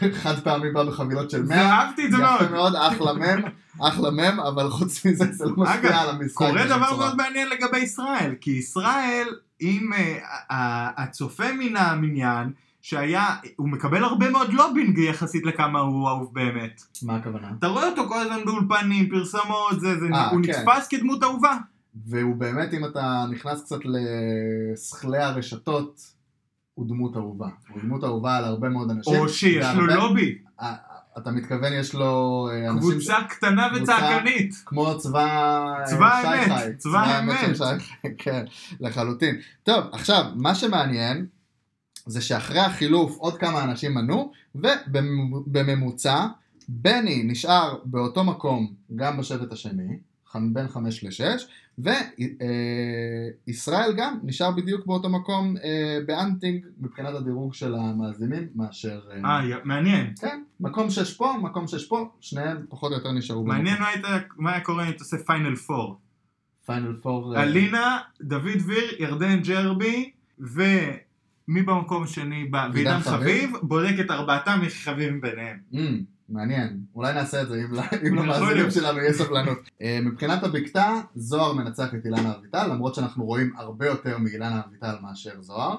A: החד פעמי בא בחבילות של 100,
B: ואהבתי את זה לא.
A: יפה
B: מאוד.
A: מאוד, אחלה מם, אחלה מם, אבל חוץ מזה זה לא משפיע
B: אגב,
A: על המשחק.
B: קורה
A: בשום
B: דבר
A: צורה.
B: מאוד מעניין לגבי ישראל, כי ישראל, אם אה, ה- הצופה מן המניין, שהיה, הוא מקבל הרבה מאוד לובינג יחסית לכמה הוא אהוב באמת.
A: מה הכוונה?
B: אתה רואה אותו כל הזמן באולפנים, פרסמות, זה, זה,
A: אה,
B: הוא
A: כן.
B: נתפס כדמות אהובה.
A: והוא באמת, אם אתה נכנס קצת לשכלי הרשתות, הוא דמות אהובה. הוא דמות אהובה על הרבה מאוד אנשים.
B: או לא- שיש לו
A: והרבה-
B: לובי,
A: אה, אתה מתכוון, יש לו אה, אנשים ש-
B: קבוצה קטנה
A: קבוצה- כן.
B: וצעקנית.
A: כמו צבא...
B: צבא
A: שי
B: האמת,
A: חי.
B: צבא
A: של
B: האמת.
A: שי חי, כן, לחלוטין. טוב, עכשיו, מה שמעניין זה שאחרי החילוף עוד כמה אנשים ענו, ובממוצע בני נשאר באותו מקום גם בשבט השני, ח- בין חמש לשש, וישראל גם נשאר בדיוק באותו מקום אה, באנטינג מבחינת הדירוג של המאזינים מאשר... אה,
B: אה, י- מעניין.
A: כן, מקום שש פה, מקום שש פה, שניהם פחות או יותר נשארו
B: מעניין מה היית- מה היה קורה אם היית עושה פיינל פור.
A: פיינל פור...
B: אלינה, דוד דביר, ירדן ג'רבי, ומי במקום השני? ב- ועידן
A: חביב.
B: חביב, בודק את ארבעתם הכי חביבים ביניהם.
A: Mm, מעניין, אולי נעשה את זה אם, ל- אם
B: יכול
A: למאזינים
B: להיות.
A: שלנו יהיה סבלנות. אה, מבחינת הבקתה, זוהר מנצח את אילנה אביטל, למרות שאנחנו רואים הרבה יותר מאילנה אביטל מאשר זוהר.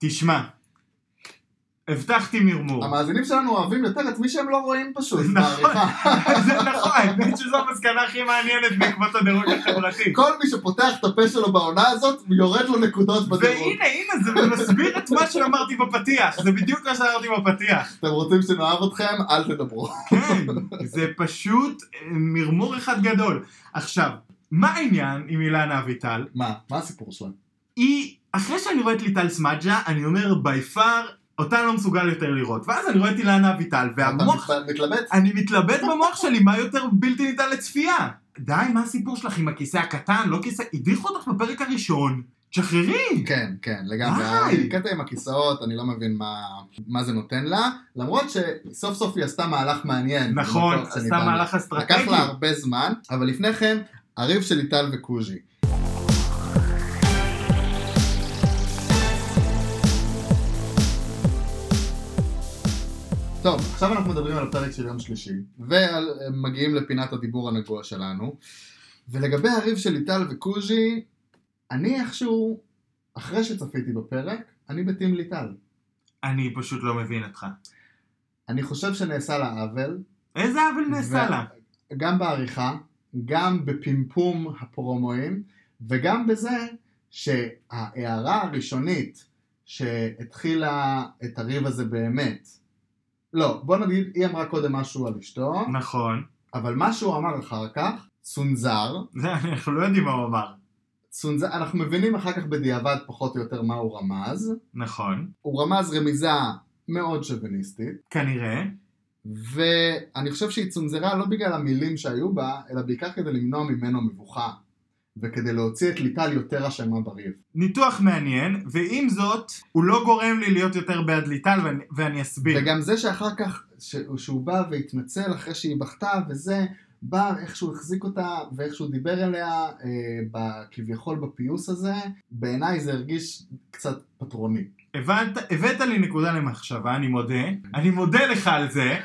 B: תשמע, הבטחתי מרמור.
A: המאזינים שלנו אוהבים יותר את מי שהם לא רואים פשוט,
B: נכון.
A: בעריכה.
B: זה נכון, האמת שזו המסקנה הכי מעניינת בעקבות הדירוג החברתי.
A: כל מי שפותח את הפה שלו בעונה הזאת, יורד לו נקודות בדירוג.
B: והנה, הנה, זה מסביר את מה שאמרתי בפתיח, זה בדיוק מה שאמרתי בפתיח.
A: אתם רוצים שנאהב אתכם, אל תדברו.
B: כן, זה פשוט אה, מרמור אחד גדול. עכשיו, מה העניין עם אילנה אביטל?
A: מה? מה הסיפור שלהם?
B: היא, אחרי שאני רואה את ליטל סמדג'ה, אני אומר בי פאר, אותה אני לא מסוגל יותר לראות. ואז אני רואה את אילנה אביטל, והמוח,
A: אתה מת- מתלבט?
B: אני מתלבט במוח שלי מה יותר בלתי ניתן לצפייה. די, מה הסיפור שלך עם הכיסא הקטן, לא כיסא, הדיחו אותך בפרק הראשון. תשחררי!
A: כן, כן, לגמרי.
B: די.
A: היה קטע עם הכיסאות, אני לא מבין מה, מה זה נותן לה, למרות שסוף סוף היא עשתה מהלך מעניין.
B: נכון,
A: במקום שאני
B: עשתה
A: בא
B: מהלך
A: לקח
B: אסטרטגי.
A: לה הרבה זמן, אבל לפני כן, הריב של ליטל וקוז'י. טוב, עכשיו אנחנו מדברים על הפרק של יום שלישי, ומגיעים לפינת הדיבור הנגוע שלנו. ולגבי הריב של ליטל וקוז'י, אני איכשהו, אחרי שצפיתי בפרק, אני בטים ליטל.
B: אני פשוט לא מבין אותך.
A: אני חושב שנעשה לה עוול,
B: איזה עוול נעשה
A: ו-
B: לה?
A: גם בעריכה, גם בפמפום הפרומואים, וגם בזה שההערה הראשונית שהתחילה את הריב הזה באמת, לא, בוא נגיד, היא אמרה קודם משהו על אשתו,
B: נכון.
A: אבל מה שהוא אמר אחר כך, צונזר,
B: זה, אנחנו לא יודעים מה הוא אמר.
A: צונזר, אנחנו מבינים אחר כך בדיעבד פחות או יותר מה הוא רמז,
B: נכון.
A: הוא רמז רמיזה מאוד שוביניסטית,
B: כנראה.
A: ואני חושב שהיא צונזרה לא בגלל המילים שהיו בה, אלא בעיקר כדי למנוע ממנו מבוכה, וכדי להוציא את ליטל יותר אשמה בריב.
B: ניתוח מעניין, ועם זאת, הוא לא גורם לי להיות יותר בעד ליטל, ואני, ואני אסביר.
A: וגם זה שאחר כך, ש... שהוא בא והתנצל אחרי שהיא בכתה וזה, בא איך שהוא החזיק אותה ואיך שהוא דיבר אליה, אה, ב... כביכול בפיוס הזה, בעיניי זה הרגיש קצת פטרוני.
B: הבנת, הבאת לי נקודה למחשבה, אני מודה. אני מודה לך על זה.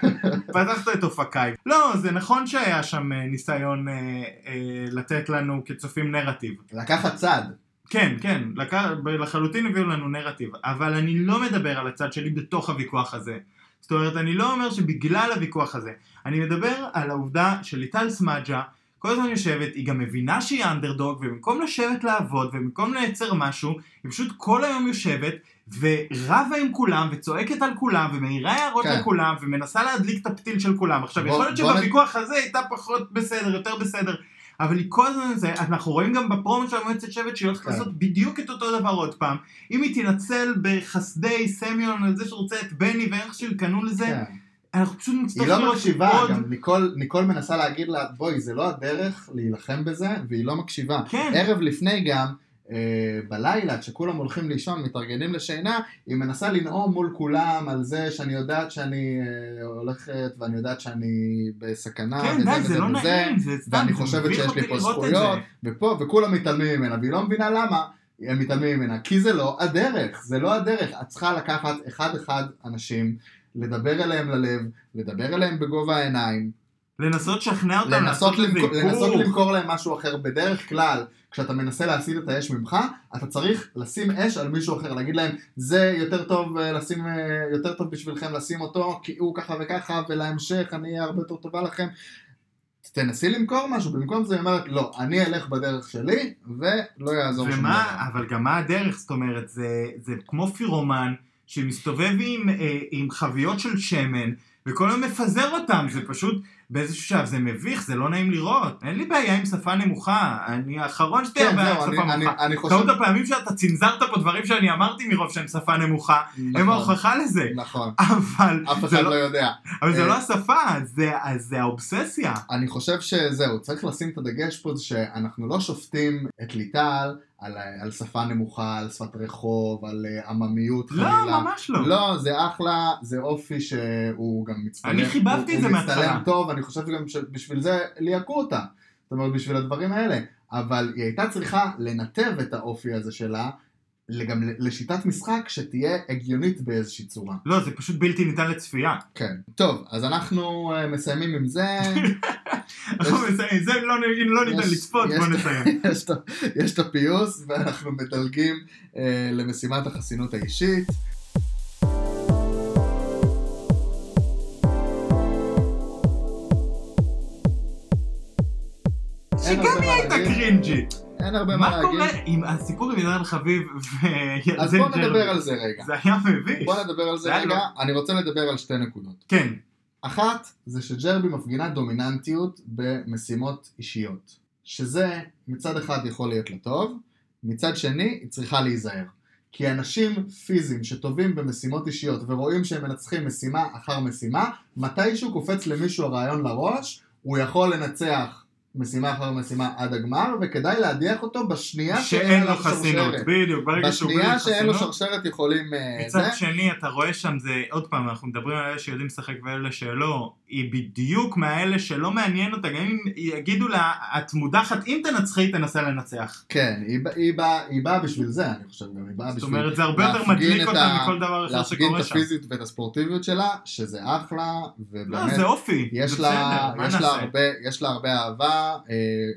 B: פתחת את אופקיי. לא, זה נכון שהיה שם אה, ניסיון אה, אה, לתת לנו כצופים נרטיב.
A: לקחת צד,
B: כן, כן, לק... לחלוטין הביאו לנו נרטיב, אבל אני לא מדבר על הצד שלי בתוך הוויכוח הזה. זאת אומרת, אני לא אומר שבגלל הוויכוח הזה, אני מדבר על העובדה שליטל סמדג'ה כל הזמן יושבת, היא גם מבינה שהיא אנדרדוג, ובמקום לשבת לעבוד, ובמקום לייצר משהו, היא פשוט כל היום יושבת, ורבה עם כולם, וצועקת על כולם, ומעירה הערות
A: כן.
B: כן. לכולם, ומנסה להדליק את הפתיל של כולם. עכשיו,
A: בוא-
B: יכול להיות
A: בוא נ-
B: שבוויכוח הזה היא הייתה פחות בסדר, יותר בסדר, אבל היא כל הזמן זה, אנחנו רואים גם בפרומו של המועצת שבט שהיא הולכת
A: כן.
B: לעשות בדיוק את אותו דבר עוד פעם. אם היא תנצל בחסדי סמיון על זה שרוצה את בני ואיך שיקנו לזה,
A: כן.
B: אנחנו פשוט נצטרך
A: היא לא מקשיבה, גם ניקול, ניקול מנסה להגיד לה, בואי, זה לא הדרך להילחם בזה, והיא לא מקשיבה.
B: כן.
A: ערב לפני גם, אה, בלילה, כשכולם הולכים לישון, מתארגנים לשינה, היא מנסה לנאום מול כולם על זה שאני יודעת שאני אה, הולכת, ואני יודעת שאני בסכנה,
B: כן,
A: וזה
B: די,
A: וזה
B: זה לא
A: וזה,
B: נעים, זה סתם,
A: ואני
B: זה
A: חושבת
B: מביך
A: שיש לי
B: אותי
A: פה
B: לראות את
A: זכויות.
B: זה.
A: ופה, וכולם מתעלמים ממנה, והיא לא מבינה למה. הם מתעלמים ממנה, כי זה לא הדרך, זה לא הדרך. את צריכה לקחת אחד-אחד אנשים, לדבר אליהם ללב, לדבר אליהם בגובה העיניים,
B: לנסות לשכנע אותם
A: לנסות,
B: לעשות
A: למכור,
B: איזה
A: לנסות
B: היפוך.
A: למכור להם משהו אחר. בדרך כלל, כשאתה מנסה להסיט את האש ממך, אתה צריך לשים אש על מישהו אחר, להגיד להם, זה יותר טוב, אה, לשים, אה, יותר טוב בשבילכם לשים אותו, כי הוא ככה וככה, ולהמשך אני אהיה הרבה יותר טובה לכם. תנסי למכור משהו, במקום זה היא אומרת, לא, אני אלך בדרך שלי, ולא יעזור שום דבר.
B: ומה, אבל גם מה הדרך, זאת אומרת, זה, זה כמו פירומן שמסתובב עם, אה, עם חביות של שמן, וכל היום מפזר אותם, זה פשוט, באיזשהו שלב זה מביך, זה לא נעים לראות. אין לי בעיה עם שפה נמוכה, אני האחרון שתהיה
A: כן,
B: בעיה עם
A: זהו,
B: שפה
A: אני, אני,
B: נמוכה.
A: אני חושב...
B: כמות הפעמים שאתה צנזרת פה דברים שאני אמרתי מרוב שהם שפה נמוכה, הם
A: נכון,
B: ההוכחה לזה.
A: נכון,
B: אבל
A: אף
B: זה
A: אחד
B: לא-
A: לא יודע.
B: אבל זה
A: אה.
B: לא השפה, זה- אז זה האובססיה.
A: אני חושב שזהו, צריך לשים את הדגש פה, זה שאנחנו לא שופטים את ליטל על, על שפה נמוכה, על שפת רחוב, על אה, עממיות
B: לא, ממש לא.
A: לא, זה אחלה, זה אופי שהוא גם מצטלם.
B: אני חיבבתי
A: הוא-
B: את זה
A: הוא
B: מההתחלה.
A: מצטלם טוב, אני חושב שגם שבשביל זה ליהקו אותה. זאת אומרת, בשביל הדברים האלה. אבל היא הייתה צריכה לנתב את האופי הזה שלה, גם לשיטת משחק שתהיה הגיונית באיזושהי צורה.
B: לא, זה פשוט בלתי ניתן לצפייה.
A: כן. טוב, אז אנחנו אה, מסיימים עם זה.
B: אנחנו מסיימים, זה לא נ- אם לא ניתן
A: יש-
B: לצפות,
A: יש-
B: בוא נסיים.
A: יש את ה- יש את הפיוס, ואנחנו מדלגים אה, למשימת החסינות האישית. אין הרבה
B: שגם היא
A: מה
B: הייתה
A: להגיד.
B: קרינג'ית.
A: אין הרבה מה
B: מה קורה
A: להגיד.
B: עם הסיפור עם עידן חביב וילדן
A: אז בואו נדבר
B: ג'רבי?
A: על זה רגע.
B: זה היה מביך.
A: בואו נדבר על זה
B: זה היה לא-
A: רגע. אני רוצה לדבר על שתי נקודות.
B: כן,
A: אחת, זה שג'רבי מפגינה דומיננטיות במשימות אישיות. שזה מצד אחד יכול להיות לטוב, מצד שני היא צריכה להיזהר. כי אנשים פיזיים שטובים במשימות אישיות ורואים שהם מנצחים משימה אחר משימה, מתישהו קופץ למישהו הרעיון לראש, הוא יכול לנצח משימה אחר משימה עד הגמר, וכדאי להדיח אותו בשנייה
B: שאין לו
A: עליו
B: חסינות,
A: שרשרת.
B: בדיוק, ברגע שהוא בלי
A: בשנייה שאין לו
B: חסינות.
A: שרשרת יכולים... אה,
B: מצד
A: זה.
B: שני, אתה רואה שם זה, עוד פעם, אנחנו מדברים על אלה שיודעים לשחק ואלה שלא, היא בדיוק מהאלה שלא מעניין אותה, גם אם יגידו לה, את מודחת, אם תנצחי, תנסה לנצח.
A: כן, היא בא- היא באה היא באה בשביל זה, אני חושב, גם היא באה
B: זאת
A: אה, בשביל
B: אומרת, זה הרבה יותר
A: להפגין
B: מדליק
A: את
B: אותה
A: ה-
B: מכל דבר אחר
A: להפגין
B: שקורה
A: את
B: שם.
A: הפיזית ואת הספורטיביות שלה, שזה אחלה, ובאמת,
B: לא, זה אופי.
A: יש,
B: זה
A: לה,
B: בסדר, מה
A: יש,
B: נעשה?
A: לה הרבה, יש לה הרבה אהבה, אה,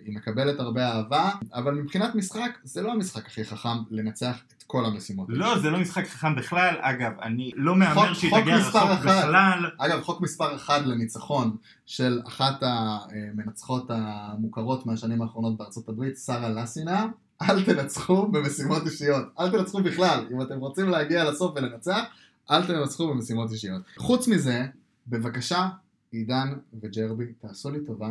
A: היא מקבלת הרבה אהבה, אבל מבחינת משחק, זה לא המשחק הכי חכם לנצח את כל המשימות.
B: לא, זה לא משחק חכם בכלל. אגב, אני לא מהמר
A: אוקיי. חוק-
B: שהיא
A: חוק
B: תגיע
A: מספר
B: רחוק
A: אחת.
B: בכלל.
A: אגב, חוק מספר 1 הניצחון של אחת המנצחות המוכרות מהשנים האחרונות בארצות הברית, שרה לסינה, אל תנצחו במשימות אישיות. אל תנצחו בכלל. אם אתם רוצים להגיע לסוף ולנצח, אל תנצחו במשימות אישיות. חוץ מזה, בבקשה, עידן וג'רבי, תעשו לי טובה,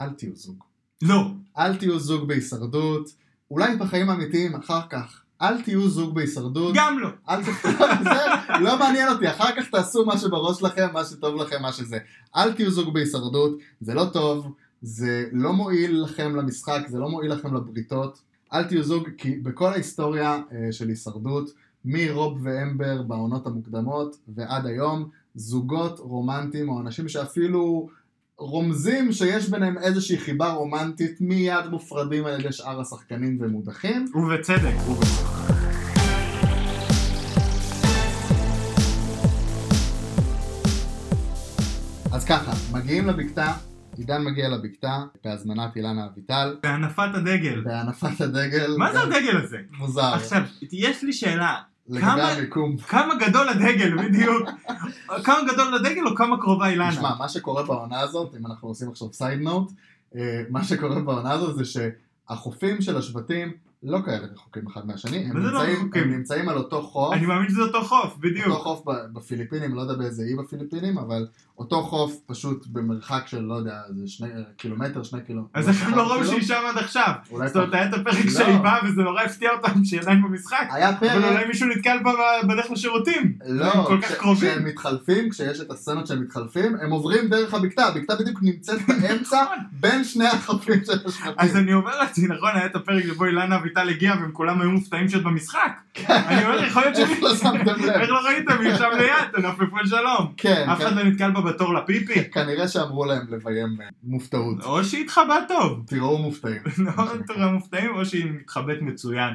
A: אל תהיו זוג.
B: לא.
A: אל תהיו זוג בהישרדות, אולי בחיים האמיתיים אחר כך. אל תהיו זוג בהישרדות.
B: גם לא.
A: אל תפתחו את זה, לא מעניין אותי, אחר כך תעשו מה שבראש לכם, מה שטוב לכם, מה שזה. אל תהיו זוג בהישרדות, זה לא טוב, זה לא מועיל לכם למשחק, זה לא מועיל לכם לבריתות. אל תהיו זוג, כי בכל ההיסטוריה אה, של הישרדות, מרוב ואמבר בעונות המוקדמות ועד היום, זוגות רומנטיים או אנשים שאפילו רומזים שיש ביניהם איזושהי חיבה רומנטית מיד מופרדים על ידי שאר השחקנים ומודחים.
B: ובצדק.
A: אז ככה, מגיעים לבקתה, עידן מגיע לבקתה בהזמנת אילנה אביטל,
B: בהנפת הדגל.
A: בהנפת הדגל.
B: מה זה הדגל הזה?
A: מוזר.
B: עכשיו, יש לי שאלה,
A: לגבי
B: כמה-
A: המיקום.
B: כמה גדול הדגל בדיוק? כמה גדול הדגל או כמה קרובה אילנה?
A: תשמע, מה שקורה בעונה הזאת, אם אנחנו עושים עכשיו סייד נוט, מה שקורה בעונה הזאת זה שהחופים של השבטים לא כאלה רחוקים אחד מהשני, הם
B: מה זה לא
A: נמצאים-
B: רחוקים?
A: הם נמצאים על אותו חוף.
B: אני מאמין שזה אותו חוף,
A: אותו
B: בדיוק.
A: חוף ב- בפיליפינים, לא יודע באיזה אי בפיליפינים, אבל אותו חוף פשוט במרחק של, לא יודע, זה שני קילומטר, שני קילומטר.
B: אז איך הם לא ראו שהיא שם עד עכשיו?
A: אולי
B: זאת אומרת, היה את הפרק
A: לא.
B: שהיא באה וזה נורא הפתיע אותם שהיא עדיין במשחק.
A: היה
B: אבל
A: פרק,
B: אולי מישהו נתקל בה בדרך לשירותים.
A: לא,
B: הם כל כך
A: כש-
B: קרובים.
A: כשהם מתחלפים, כשיש את הסצנות שהם מתחלפים, הם עוברים דרך הבקתה, הבקתה בדיוק נמצאת באמצע בין שני החופים של השבטים.
B: נכון. אז אני אומר לעצמי, נכון, היה את הפרק שבו אילנה אביטל הגיעה והם כולם היו מופתעים שאת במשחק. אני אומר, יכול להיות
A: איך לא
B: ש...
A: שמתם
B: איך
A: לב?
B: לא ראיתם? היא שם ליד, תנפפו על שלום.
A: כן,
B: אף אחד
A: כן,
B: לא נתקל בה בתור לפיפי.
A: כנראה שאמרו להם לביים אה, מופתעות.
B: או שהיא התחבאה טוב.
A: תראו מופתעים.
B: לא בתור המופתעים, או שהיא מתחבאת מצוין.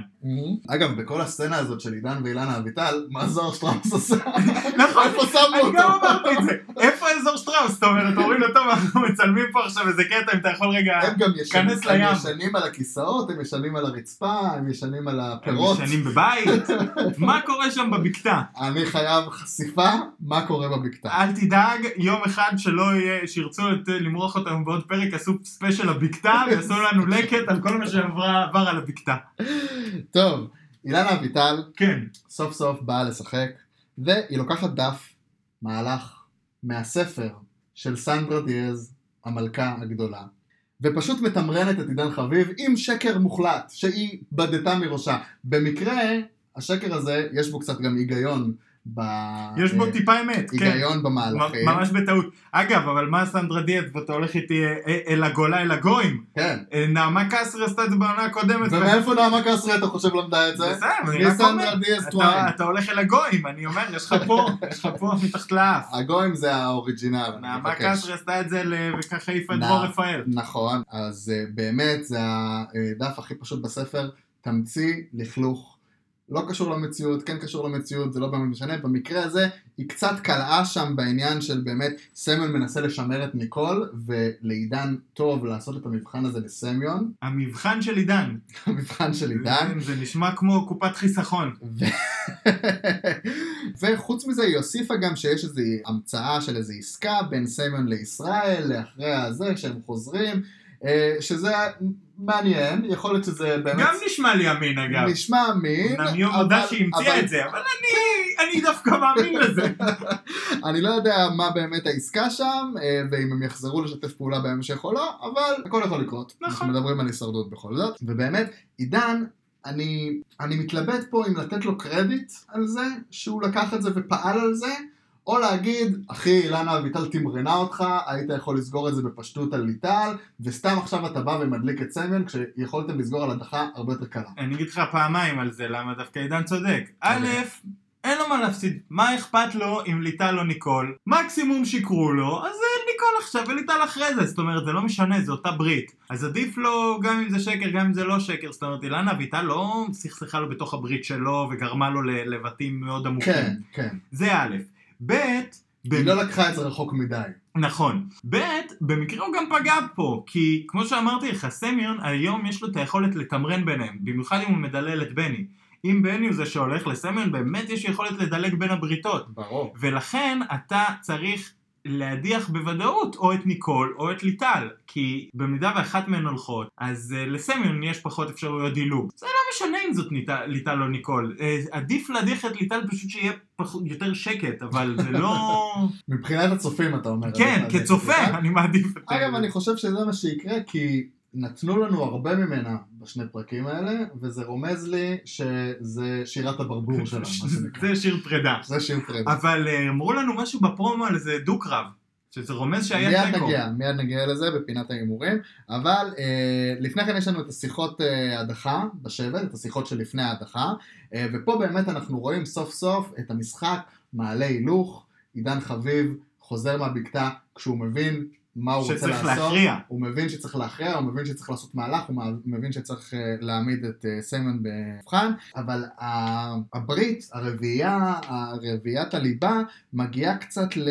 A: אגב, בכל הסצנה הזאת של עידן ואילנה אביטל, מה זוהר שטראוס עשה?
B: נכון,
A: איפה שמו
B: אני גם
A: אותו?
B: אמרתי את זה. איפה האזור שטראוס? זאת אומרת, אומרים לו, טוב, אנחנו מצלמים פה עכשיו איזה קטע, אם אתה יכול רגע...
A: הם גם ישנים,
B: כנס
A: הם
B: לים.
A: ישנים על הכיסאות, הם ישנים על הרצפה, הם ישנים על
B: הם
A: הפירות.
B: ישנים בבית? מה קורה שם בבקתה?
A: אני חייב חשיפה, מה קורה בבקתה.
B: אל תדאג, יום אחד שלא יהיה, שירצו לת- למרוח אותנו בעוד פרק, עשו ספיישל הבקתה, ועשו לנו לקט על כל מה שעבר עבר על הבקתה.
A: טוב, אילנה אביטל
B: כן.
A: סוף סוף באה לשחק, והיא לוקחת דף, מהלך, מהספר של סנדרה דיאז, המלכה הגדולה, ופשוט מתמרנת את עידן חביב עם שקר מוחלט, שהיא בדתה מראשה. במקרה, השקר הזה, יש בו קצת גם היגיון ב...
B: יש בו
A: אה,
B: טיפה אמת, כן.
A: היגיון במהלכים.
B: ממש בטעות. אגב, אבל מה סנדרה דיאט, ואתה הולך איתי אה, אה, אל הגולה, אל הגויים?
A: כן.
B: אה, נעמה קסרי עשתה את זה בעונה הקודמת.
A: ומאיפה נעמה קסרי אתה חושב למדה את זה?
B: בסדר, אני רק אומר.
A: מסנדרה דיאז
B: אתה-
A: טוויין.
B: אתה הולך אל הגויים, אני אומר, יש לך פה, יש לך פה מתחת לאף.
A: הגויים זה האוריג'ינל. אני
B: נעמה
A: אה, מבקש.
B: קסרי עשתה את זה ל- וככה העיפה את
A: נע-
B: דרור רפאל.
A: נכון, אז אה, באמת זה הדף הכי פשוט בספר, תמציא לכלוך. לא קשור למציאות, כן קשור למציאות, זה לא באמת משנה. במקרה הזה, היא קצת קלעה שם בעניין של באמת, סמל מנסה לשמר את ניקול, ולעידן טוב לעשות את המבחן הזה בסמיון,
B: המבחן של עידן.
A: המבחן של עידן.
B: זה זה נשמע כמו קופת חיסכון.
A: ו... וחוץ מזה היא הוסיפה גם שיש איזו המצאה של איזו עסקה בין סמיון לישראל, לאחרי הזה שהם חוזרים, אה, שזה מעניין, יכול להיות שזה באמת
B: גם נשמע לי אמין אגב.
A: נשמע אמין,
B: אמנם יום הודה שהיא המציאה את זה, אבל אני- אני דווקא מאמין לזה.
A: אני לא יודע מה באמת העסקה שם, אה, ואם הם יחזרו לשתף פעולה בהמשך או לא, אבל הכל יכול לקרות.
B: נכון.
A: אנחנו מדברים על הישרדות בכל זאת, ובאמת, עידן, אני, אני מתלבט פה אם לתת לו קרדיט על זה, שהוא לקח את זה ופעל על זה, או להגיד, אחי, אילנה אביטל תמרנה אותך, היית יכול לסגור את זה בפשטות על ליטל, וסתם עכשיו אתה בא ומדליק את סמיון, כשיכולתם לסגור על הדחה הרבה יותר קלה.
B: אני אגיד לך פעמיים על זה, למה דווקא עידן צודק. א',
A: אוקיי.
B: אין לו מה להפסיד. מה אכפת לו אם ליטל או ניקול? מקסימום שיקרו לו, אז זה ניקול עכשיו וליטל אחרי זה. זאת אומרת, זה לא משנה, זו אותה ברית. אז עדיף לו, גם אם זה שקר, גם אם זה לא שקר. זאת אומרת, אילנה אביטל לא סכסכה לו בתוך הברית שלו וגרמה לו ל- לבתים מאוד עמוקים.
A: כן, כן.
B: זה א', ב',
A: היא
B: במ-
A: לא לקחה את זה רחוק מדי.
B: נכון. ב', במקרה הוא גם פגע פה, כי כמו שאמרתי לך, סמיון היום יש לו את היכולת לתמרן ביניהם, במיוחד אם הוא מדלל את בני. אם בני הוא זה שהולך לסמיון, באמת יש יכולת לדלג בין הבריתות.
A: ברור.
B: ולכן אתה צריך להדיח בוודאות או את ניקול או את ליטל, כי במידה ואחת מהן הולכות, אז uh, לסמיון יש פחות אפשרויות דילוג. זה לא משנה אם זאת ניטל, ליטל או ניקול, uh, עדיף להדיח את ליטל פשוט שיהיה פחות, יותר שקט, אבל זה לא...
A: מבחינת הצופים אתה אומר.
B: כן,
A: אבל-
B: כצופה אני מעדיף את... אה,
A: אגב, אני חושב שזה מה שיקרה, כי נתנו לנו הרבה ממנה בשני פרקים האלה, וזה רומז לי שזה שירת הברבור שלה, מה שנקרא.
B: זה שיר פרידה.
A: זה שיר פרדה.
B: אבל אה, אמרו לנו משהו בפרומו על איזה דו-קרב, שזה רומז שהיה
A: מיד
B: תיקו.
A: נגיע, מיד נגיע לזה בפינת ההימורים, אבל אה, לפני כן יש לנו את השיחות אה, הדחה בשבט, את השיחות שלפני ההדחה, אה, ופה באמת אנחנו רואים סוף סוף את המשחק מעלה הילוך, עידן חביב חוזר מהבקתה כשהוא מבין מה הוא רוצה
B: שצריך
A: לעשות.
B: להכריע.
A: הוא מבין שצריך להכריע, הוא מבין שצריך לעשות מהלך, הוא מבין שצריך אה, להעמיד את אה, סיימן במבחן, אבל ה- הברית, הרביעייה, הרביעיית הליבה, מגיעה קצת ל-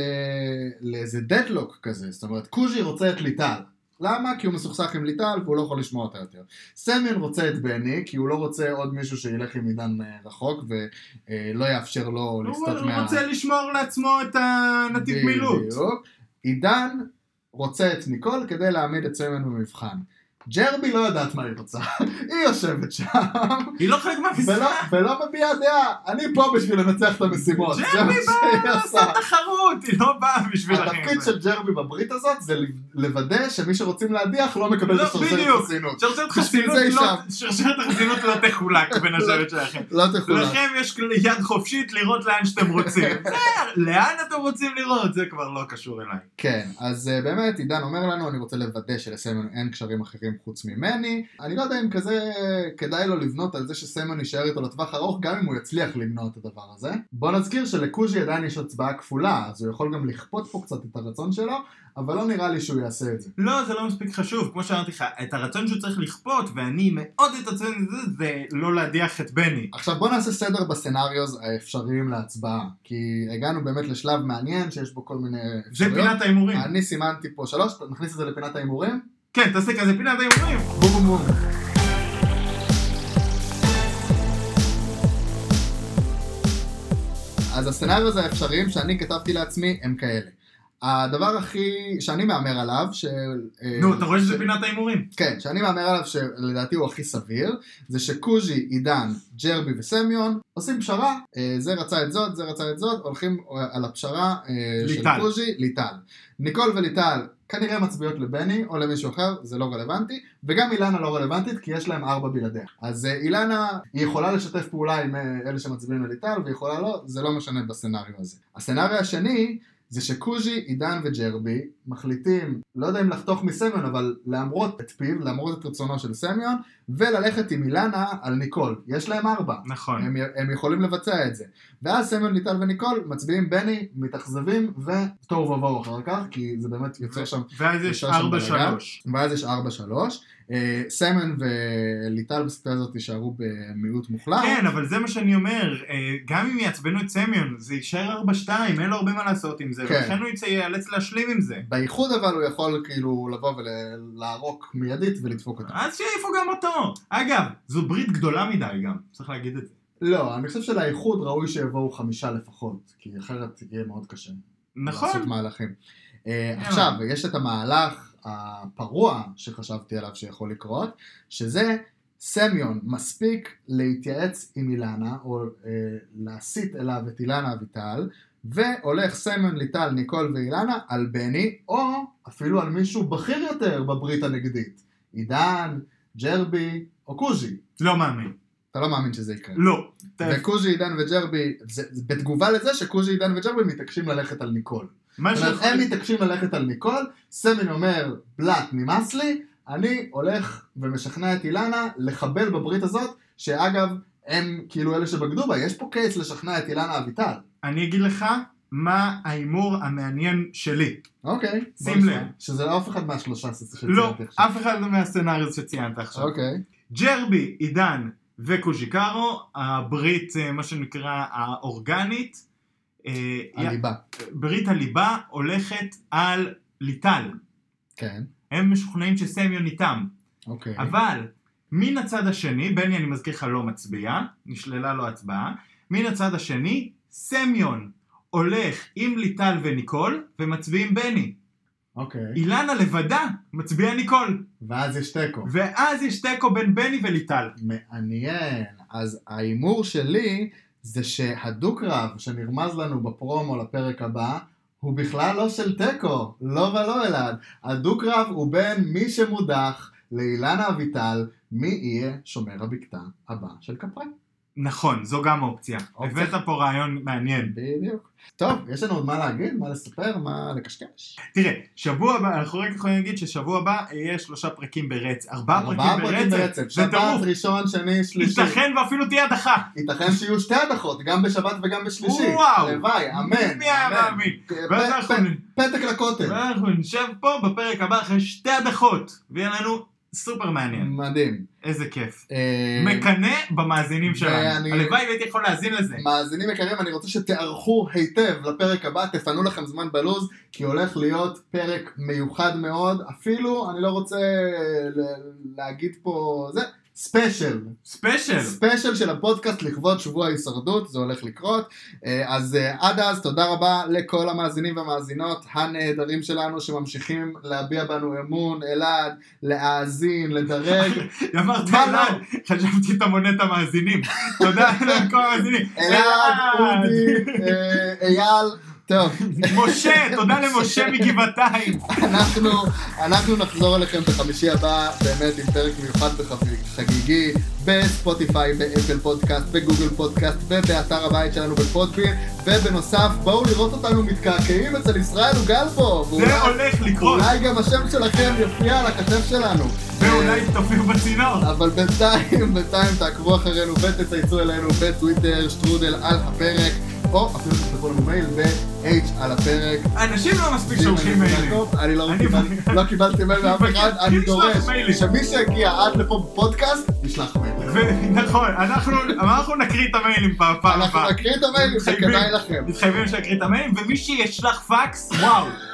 A: לאיזה דדלוק כזה, זאת אומרת, קוז'י רוצה את ליטל. למה? כי הוא מסוכסך עם ליטל והוא לא יכול לשמוע אותה יותר. סמיון רוצה את בני, כי הוא לא רוצה עוד מישהו שילך עם עידן אה, רחוק ולא יאפשר לו
B: הוא
A: לסטות
B: הוא
A: מה...
B: רוצה לשמור לעצמו את הנתיב מילוט.
A: בדיוק. עידן רוצה את ניקול כדי להעמיד את סיימן במבחן. ג'רבי לא יודעת מה היא רוצה, היא יושבת שם,
B: היא לא חלק מהמשחק.
A: ולא, ולא מביעה דעה, אני פה בשביל לנצח את המשימות, זה מה
B: ג'רבי
A: שהיא
B: באה לעשות
A: עושה.
B: תחרות, היא לא באה בשביל
A: התפקיד של ג'רבי בברית הזאת זה לוודא שמי שרוצים להדיח לא מקבל
B: לא,
A: את השרשרת
B: בדיוק.
A: חסינות.
B: שרשרת
A: בשביל
B: חסינות
A: זה היא
B: לא- שרשרת החסינות לא תחולק בין השבט שלכם.
A: לא תחולה.
B: לכם יש יד חופשית לראות לאן שאתם רוצים. זה, לאן אתם רוצים לראות? זה כבר לא קשור אליי.
A: כן, אז אה, באמת עידן אומר לנו, אני רוצה לוודא שלסיימן אין קשרים אחרים חוץ ממני. אני לא יודע אם כזה אה, כדאי לו לבנות על זה שסיימן יישאר איתו לטווח ארוך, גם אם הוא יצליח למנוע את הדבר הזה. בוא נזכיר שלקוז'י עדיין יש הצבעה כפולה, אז הוא יכול גם לכפות פה קצת את הרצון שלו, אבל לא נראה לי שהוא יעשה את זה.
B: לא, זה לא מספיק חשוב, כמו שאמרתי לך, את הרצון שהוא צריך לכפות, ואני מאוד אתעצבן את זה, זה לא להדיח את בני.
A: עכשיו בוא נעשה סדר בסצנריוז האפשריים להצבעה, כי הגענו באמת לשלב מעניין שיש בו כל מיני
B: זה
A: אפשרויות.
B: פינת ההימורים.
A: לא. אני סימנתי פה שלוש, נכניס את זה לפינת ההימורים?
B: כן, תעשה כזה פינת ההימורים.
A: בום בום בום. אז הסצנריוז האפשריים שאני כתבתי לעצמי הם כאלה. הדבר הכי, שאני מהמר עליו, ש...
B: נו, אתה רואה
A: ש-
B: שזה פינת ההימורים.
A: כן, שאני מהמר עליו שלדעתי הוא הכי סביר, זה שקוז'י, עידן, ג'רבי וסמיון עושים פשרה, אה, זה רצה את זאת, זה רצה את זאת, הולכים אה, על הפשרה אה, של
B: ליטל.
A: קוז'י, ליטל. ניקול וליטל כנראה מצביעות לבני או למישהו אחר, זה לא רלוונטי, וגם אילנה לא רלוונטית כי יש להם ארבע בלעדיה. אז אה, אילנה, היא יכולה לשתף פעולה עם אה, אלה שמצביעים לליטל והיא יכולה לא, זה לא משנה בסצנריו הזה. הסצנריו השני זה שקוז'י, עידן וג'רבי מחליטים, לא יודע אם לחתוך מסמיון, אבל להמרות את פיו, להמרות את רצונו של סמיון, וללכת עם אילנה על ניקול. יש להם ארבע.
B: נכון.
A: הם, הם יכולים לבצע את זה. ואז סמיון, ליטל וניקול מצביעים בני, מתאכזבים, ותוהו ובוהו אחר כך, כי זה באמת יוצר שם...
B: ואז יש
A: יוצר שם
B: ארבע
A: בלגן.
B: שלוש.
A: ואז יש ארבע שלוש. אה, סמיון וליטל בספירה הזאת יישארו במיעוט מוחלט.
B: כן, אבל זה מה שאני אומר, אה, גם אם יעצבנו את סמיון, זה יישאר ארבע שתיים, אין לו הרבה מה לעשות עם זה,
A: כן.
B: ולכן הוא יצא- ייאלץ להשלים עם זה.
A: באיחוד אבל הוא יכול כאילו לבוא ולערוק מיידית ולדפוק אותה.
B: אז שיעיפו גם אותו. אגב, זו ברית גדולה מדי גם, צריך להגיד את זה.
A: לא, אני חושב שלאיחוד ראוי שיבואו חמישה לפחות, כי אחרת יהיה מאוד קשה לעשות
B: נכון.
A: מהלכים. אה, עכשיו, יש את המהלך הפרוע שחשבתי עליו שיכול לקרות, שזה סמיון מספיק להתייעץ עם אילנה, או אה, להסיט אליו את אילנה אביטל, והולך סמיון, ליטל, ניקול ואילנה על בני, או אפילו על מישהו בכיר יותר בברית הנגדית, עידן, ג'רבי או קוז'י.
B: לא מאמין.
A: אתה לא מאמין שזה יקרה.
B: לא.
A: וקוז'י עידן וג'רבי, זה, זה בתגובה לזה שקוז'י עידן וג'רבי מתעקשים ללכת על ניקול.
B: מה
A: זאת אומרת,
B: שיכול...
A: הם מתעקשים ללכת על ניקול, סמין אומר, בלאט, נמאס לי, אני הולך ומשכנע את אילנה לחבל בברית הזאת, שאגב, הם כאילו אלה שבגדו בה, יש פה קייס לשכנע את אילנה אביטל.
B: אני אגיד לך מה ההימור המעניין שלי.
A: אוקיי. בוא
B: שים
A: נשמע.
B: לב.
A: שזה לא אף אחד מהשלושה שציינתי
B: לא,
A: עכשיו.
B: אף אחד לא מהסצנריו שציינת עכשיו.
A: אוקיי.
B: ג'רבי, עידן וקוז'יקרו, הברית, אה, מה שנקרא, האורגנית, אה,
A: הליבה.
B: ברית הליבה הולכת על ליטל.
A: כן.
B: הם משוכנעים שסמיון איתם.
A: אוקיי.
B: אבל מן הצד השני, בני אני מזכיר לך לא מצביע, נשללה לו הצבעה, מן הצד השני, סמיון הולך עם ליטל וניקול, ומצביעים בני.
A: אוקיי.
B: אילנה לבדה מצביעה ניקול.
A: ואז יש תיקו.
B: ואז יש תיקו בין בני וליטל.
A: מעניין. אז ההימור שלי זה שהדו-קרב שנרמז לנו בפרומו לפרק הבא, הוא בכלל לא של תיקו, לא ולא אלעד. הדו-קרב הוא בין מי שמודח לאילנה אביטל, מי יהיה שומר הבקתה הבא של כפרי.
B: נכון, זו גם אופציה.
A: אופציה.
B: הבאת פה רעיון מעניין.
A: בדיוק. טוב, יש לנו עוד מה להגיד, מה לספר, מה לקשקש.
B: תראה, שבוע הבא, אנחנו רק יכולים להגיד ששבוע הבא יהיה שלושה פרקים ברצף. ארבעה פרקים ברצף. זה
A: שבת,
B: טירוף.
A: ראשון, שני, שלישי.
B: ייתכן ואפילו תהיה הדחה.
A: ייתכן שיהיו שתי הדחות, גם בשבת וגם בשלישית.
B: וואו.
A: הלוואי, אמן.
B: מי היה
A: אמן. כן,
B: מאמין?
A: פ-
B: ואז
A: פ-
B: אנחנו
A: פ- פתק לכותל.
B: ואנחנו נשב פה בפרק הבא אחרי שתי הדחות, ויהיה לנו סופר מעניין.
A: מדהים.
B: איזה כיף.
A: אה,
B: מקנא במאזינים שלנו.
A: ואני-
B: הלוואי והייתי יכול להאזין לזה.
A: מאזינים יקרים, אני רוצה שתיערכו היטב לפרק הבא, תפנו לכם זמן בלוז, כי הולך להיות פרק מיוחד מאוד, אפילו, אני לא רוצה ל- להגיד פה, זה, ספיישל,
B: ספיישל.
A: ספיישל של הפודקאסט לכבוד שבוע ההישרדות, זה הולך לקרות. אה, אז אה, עד אז, תודה רבה לכל המאזינים והמאזינות הנהדרים שלנו שממשיכים להביע בנו אמון, אלעד, להאזין, לדרג.
B: אמרת
A: מה לא?
B: אלעד, חשבתי אתה מונה את המאזינים. תודה לכל המאזינים.
A: אלעד, אודי, אה, אייל, טוב,
B: משה, תודה למשה מגבעתיים.
A: אנחנו, אנחנו נחזור אליכם בחמישי הבא, באמת עם פרק מיוחד וחגיגי, בספוטיפיי, באפל פודקאסט, בגוגל פודקאסט, ובאתר הבית שלנו בפודבין, ובנוסף, בואו לראות אותנו מתקעקעים אצל ישראל וגלבו,
B: זה הולך לקרות,
A: אולי גם השם שלכם יופיע על הכתף שלנו. אה,
B: ואולי תופיעו בצינור.
A: אבל בינתיים, בינתיים תעקבו אחרינו ותצייצו אלינו בטוויטר, שטרודל על הפרק, או אפילו תשלחו לנו מייל ב-h על הפרק.
B: אנשים לא מספיק שולחים מיילים.
A: אני לא
B: אני
A: קיבלתי- לא קיבלתי מייל מאף אחד,
B: מבקש,
A: אני
B: לשלוח
A: דורש
B: מיילים.
A: שמי שיגיע עד לפה בפודקאסט, ישלח מייל.
B: ו- נכון, אנחנו אנחנו נקריא את המיילים פעם פעם
A: אנחנו
B: הבאה.
A: נקריא את המיילים, זה
B: מתחייבים.
A: כדאי לכם.
B: מתחייבים שנקריא את המיילים, ומי שישלח פקס, וואו.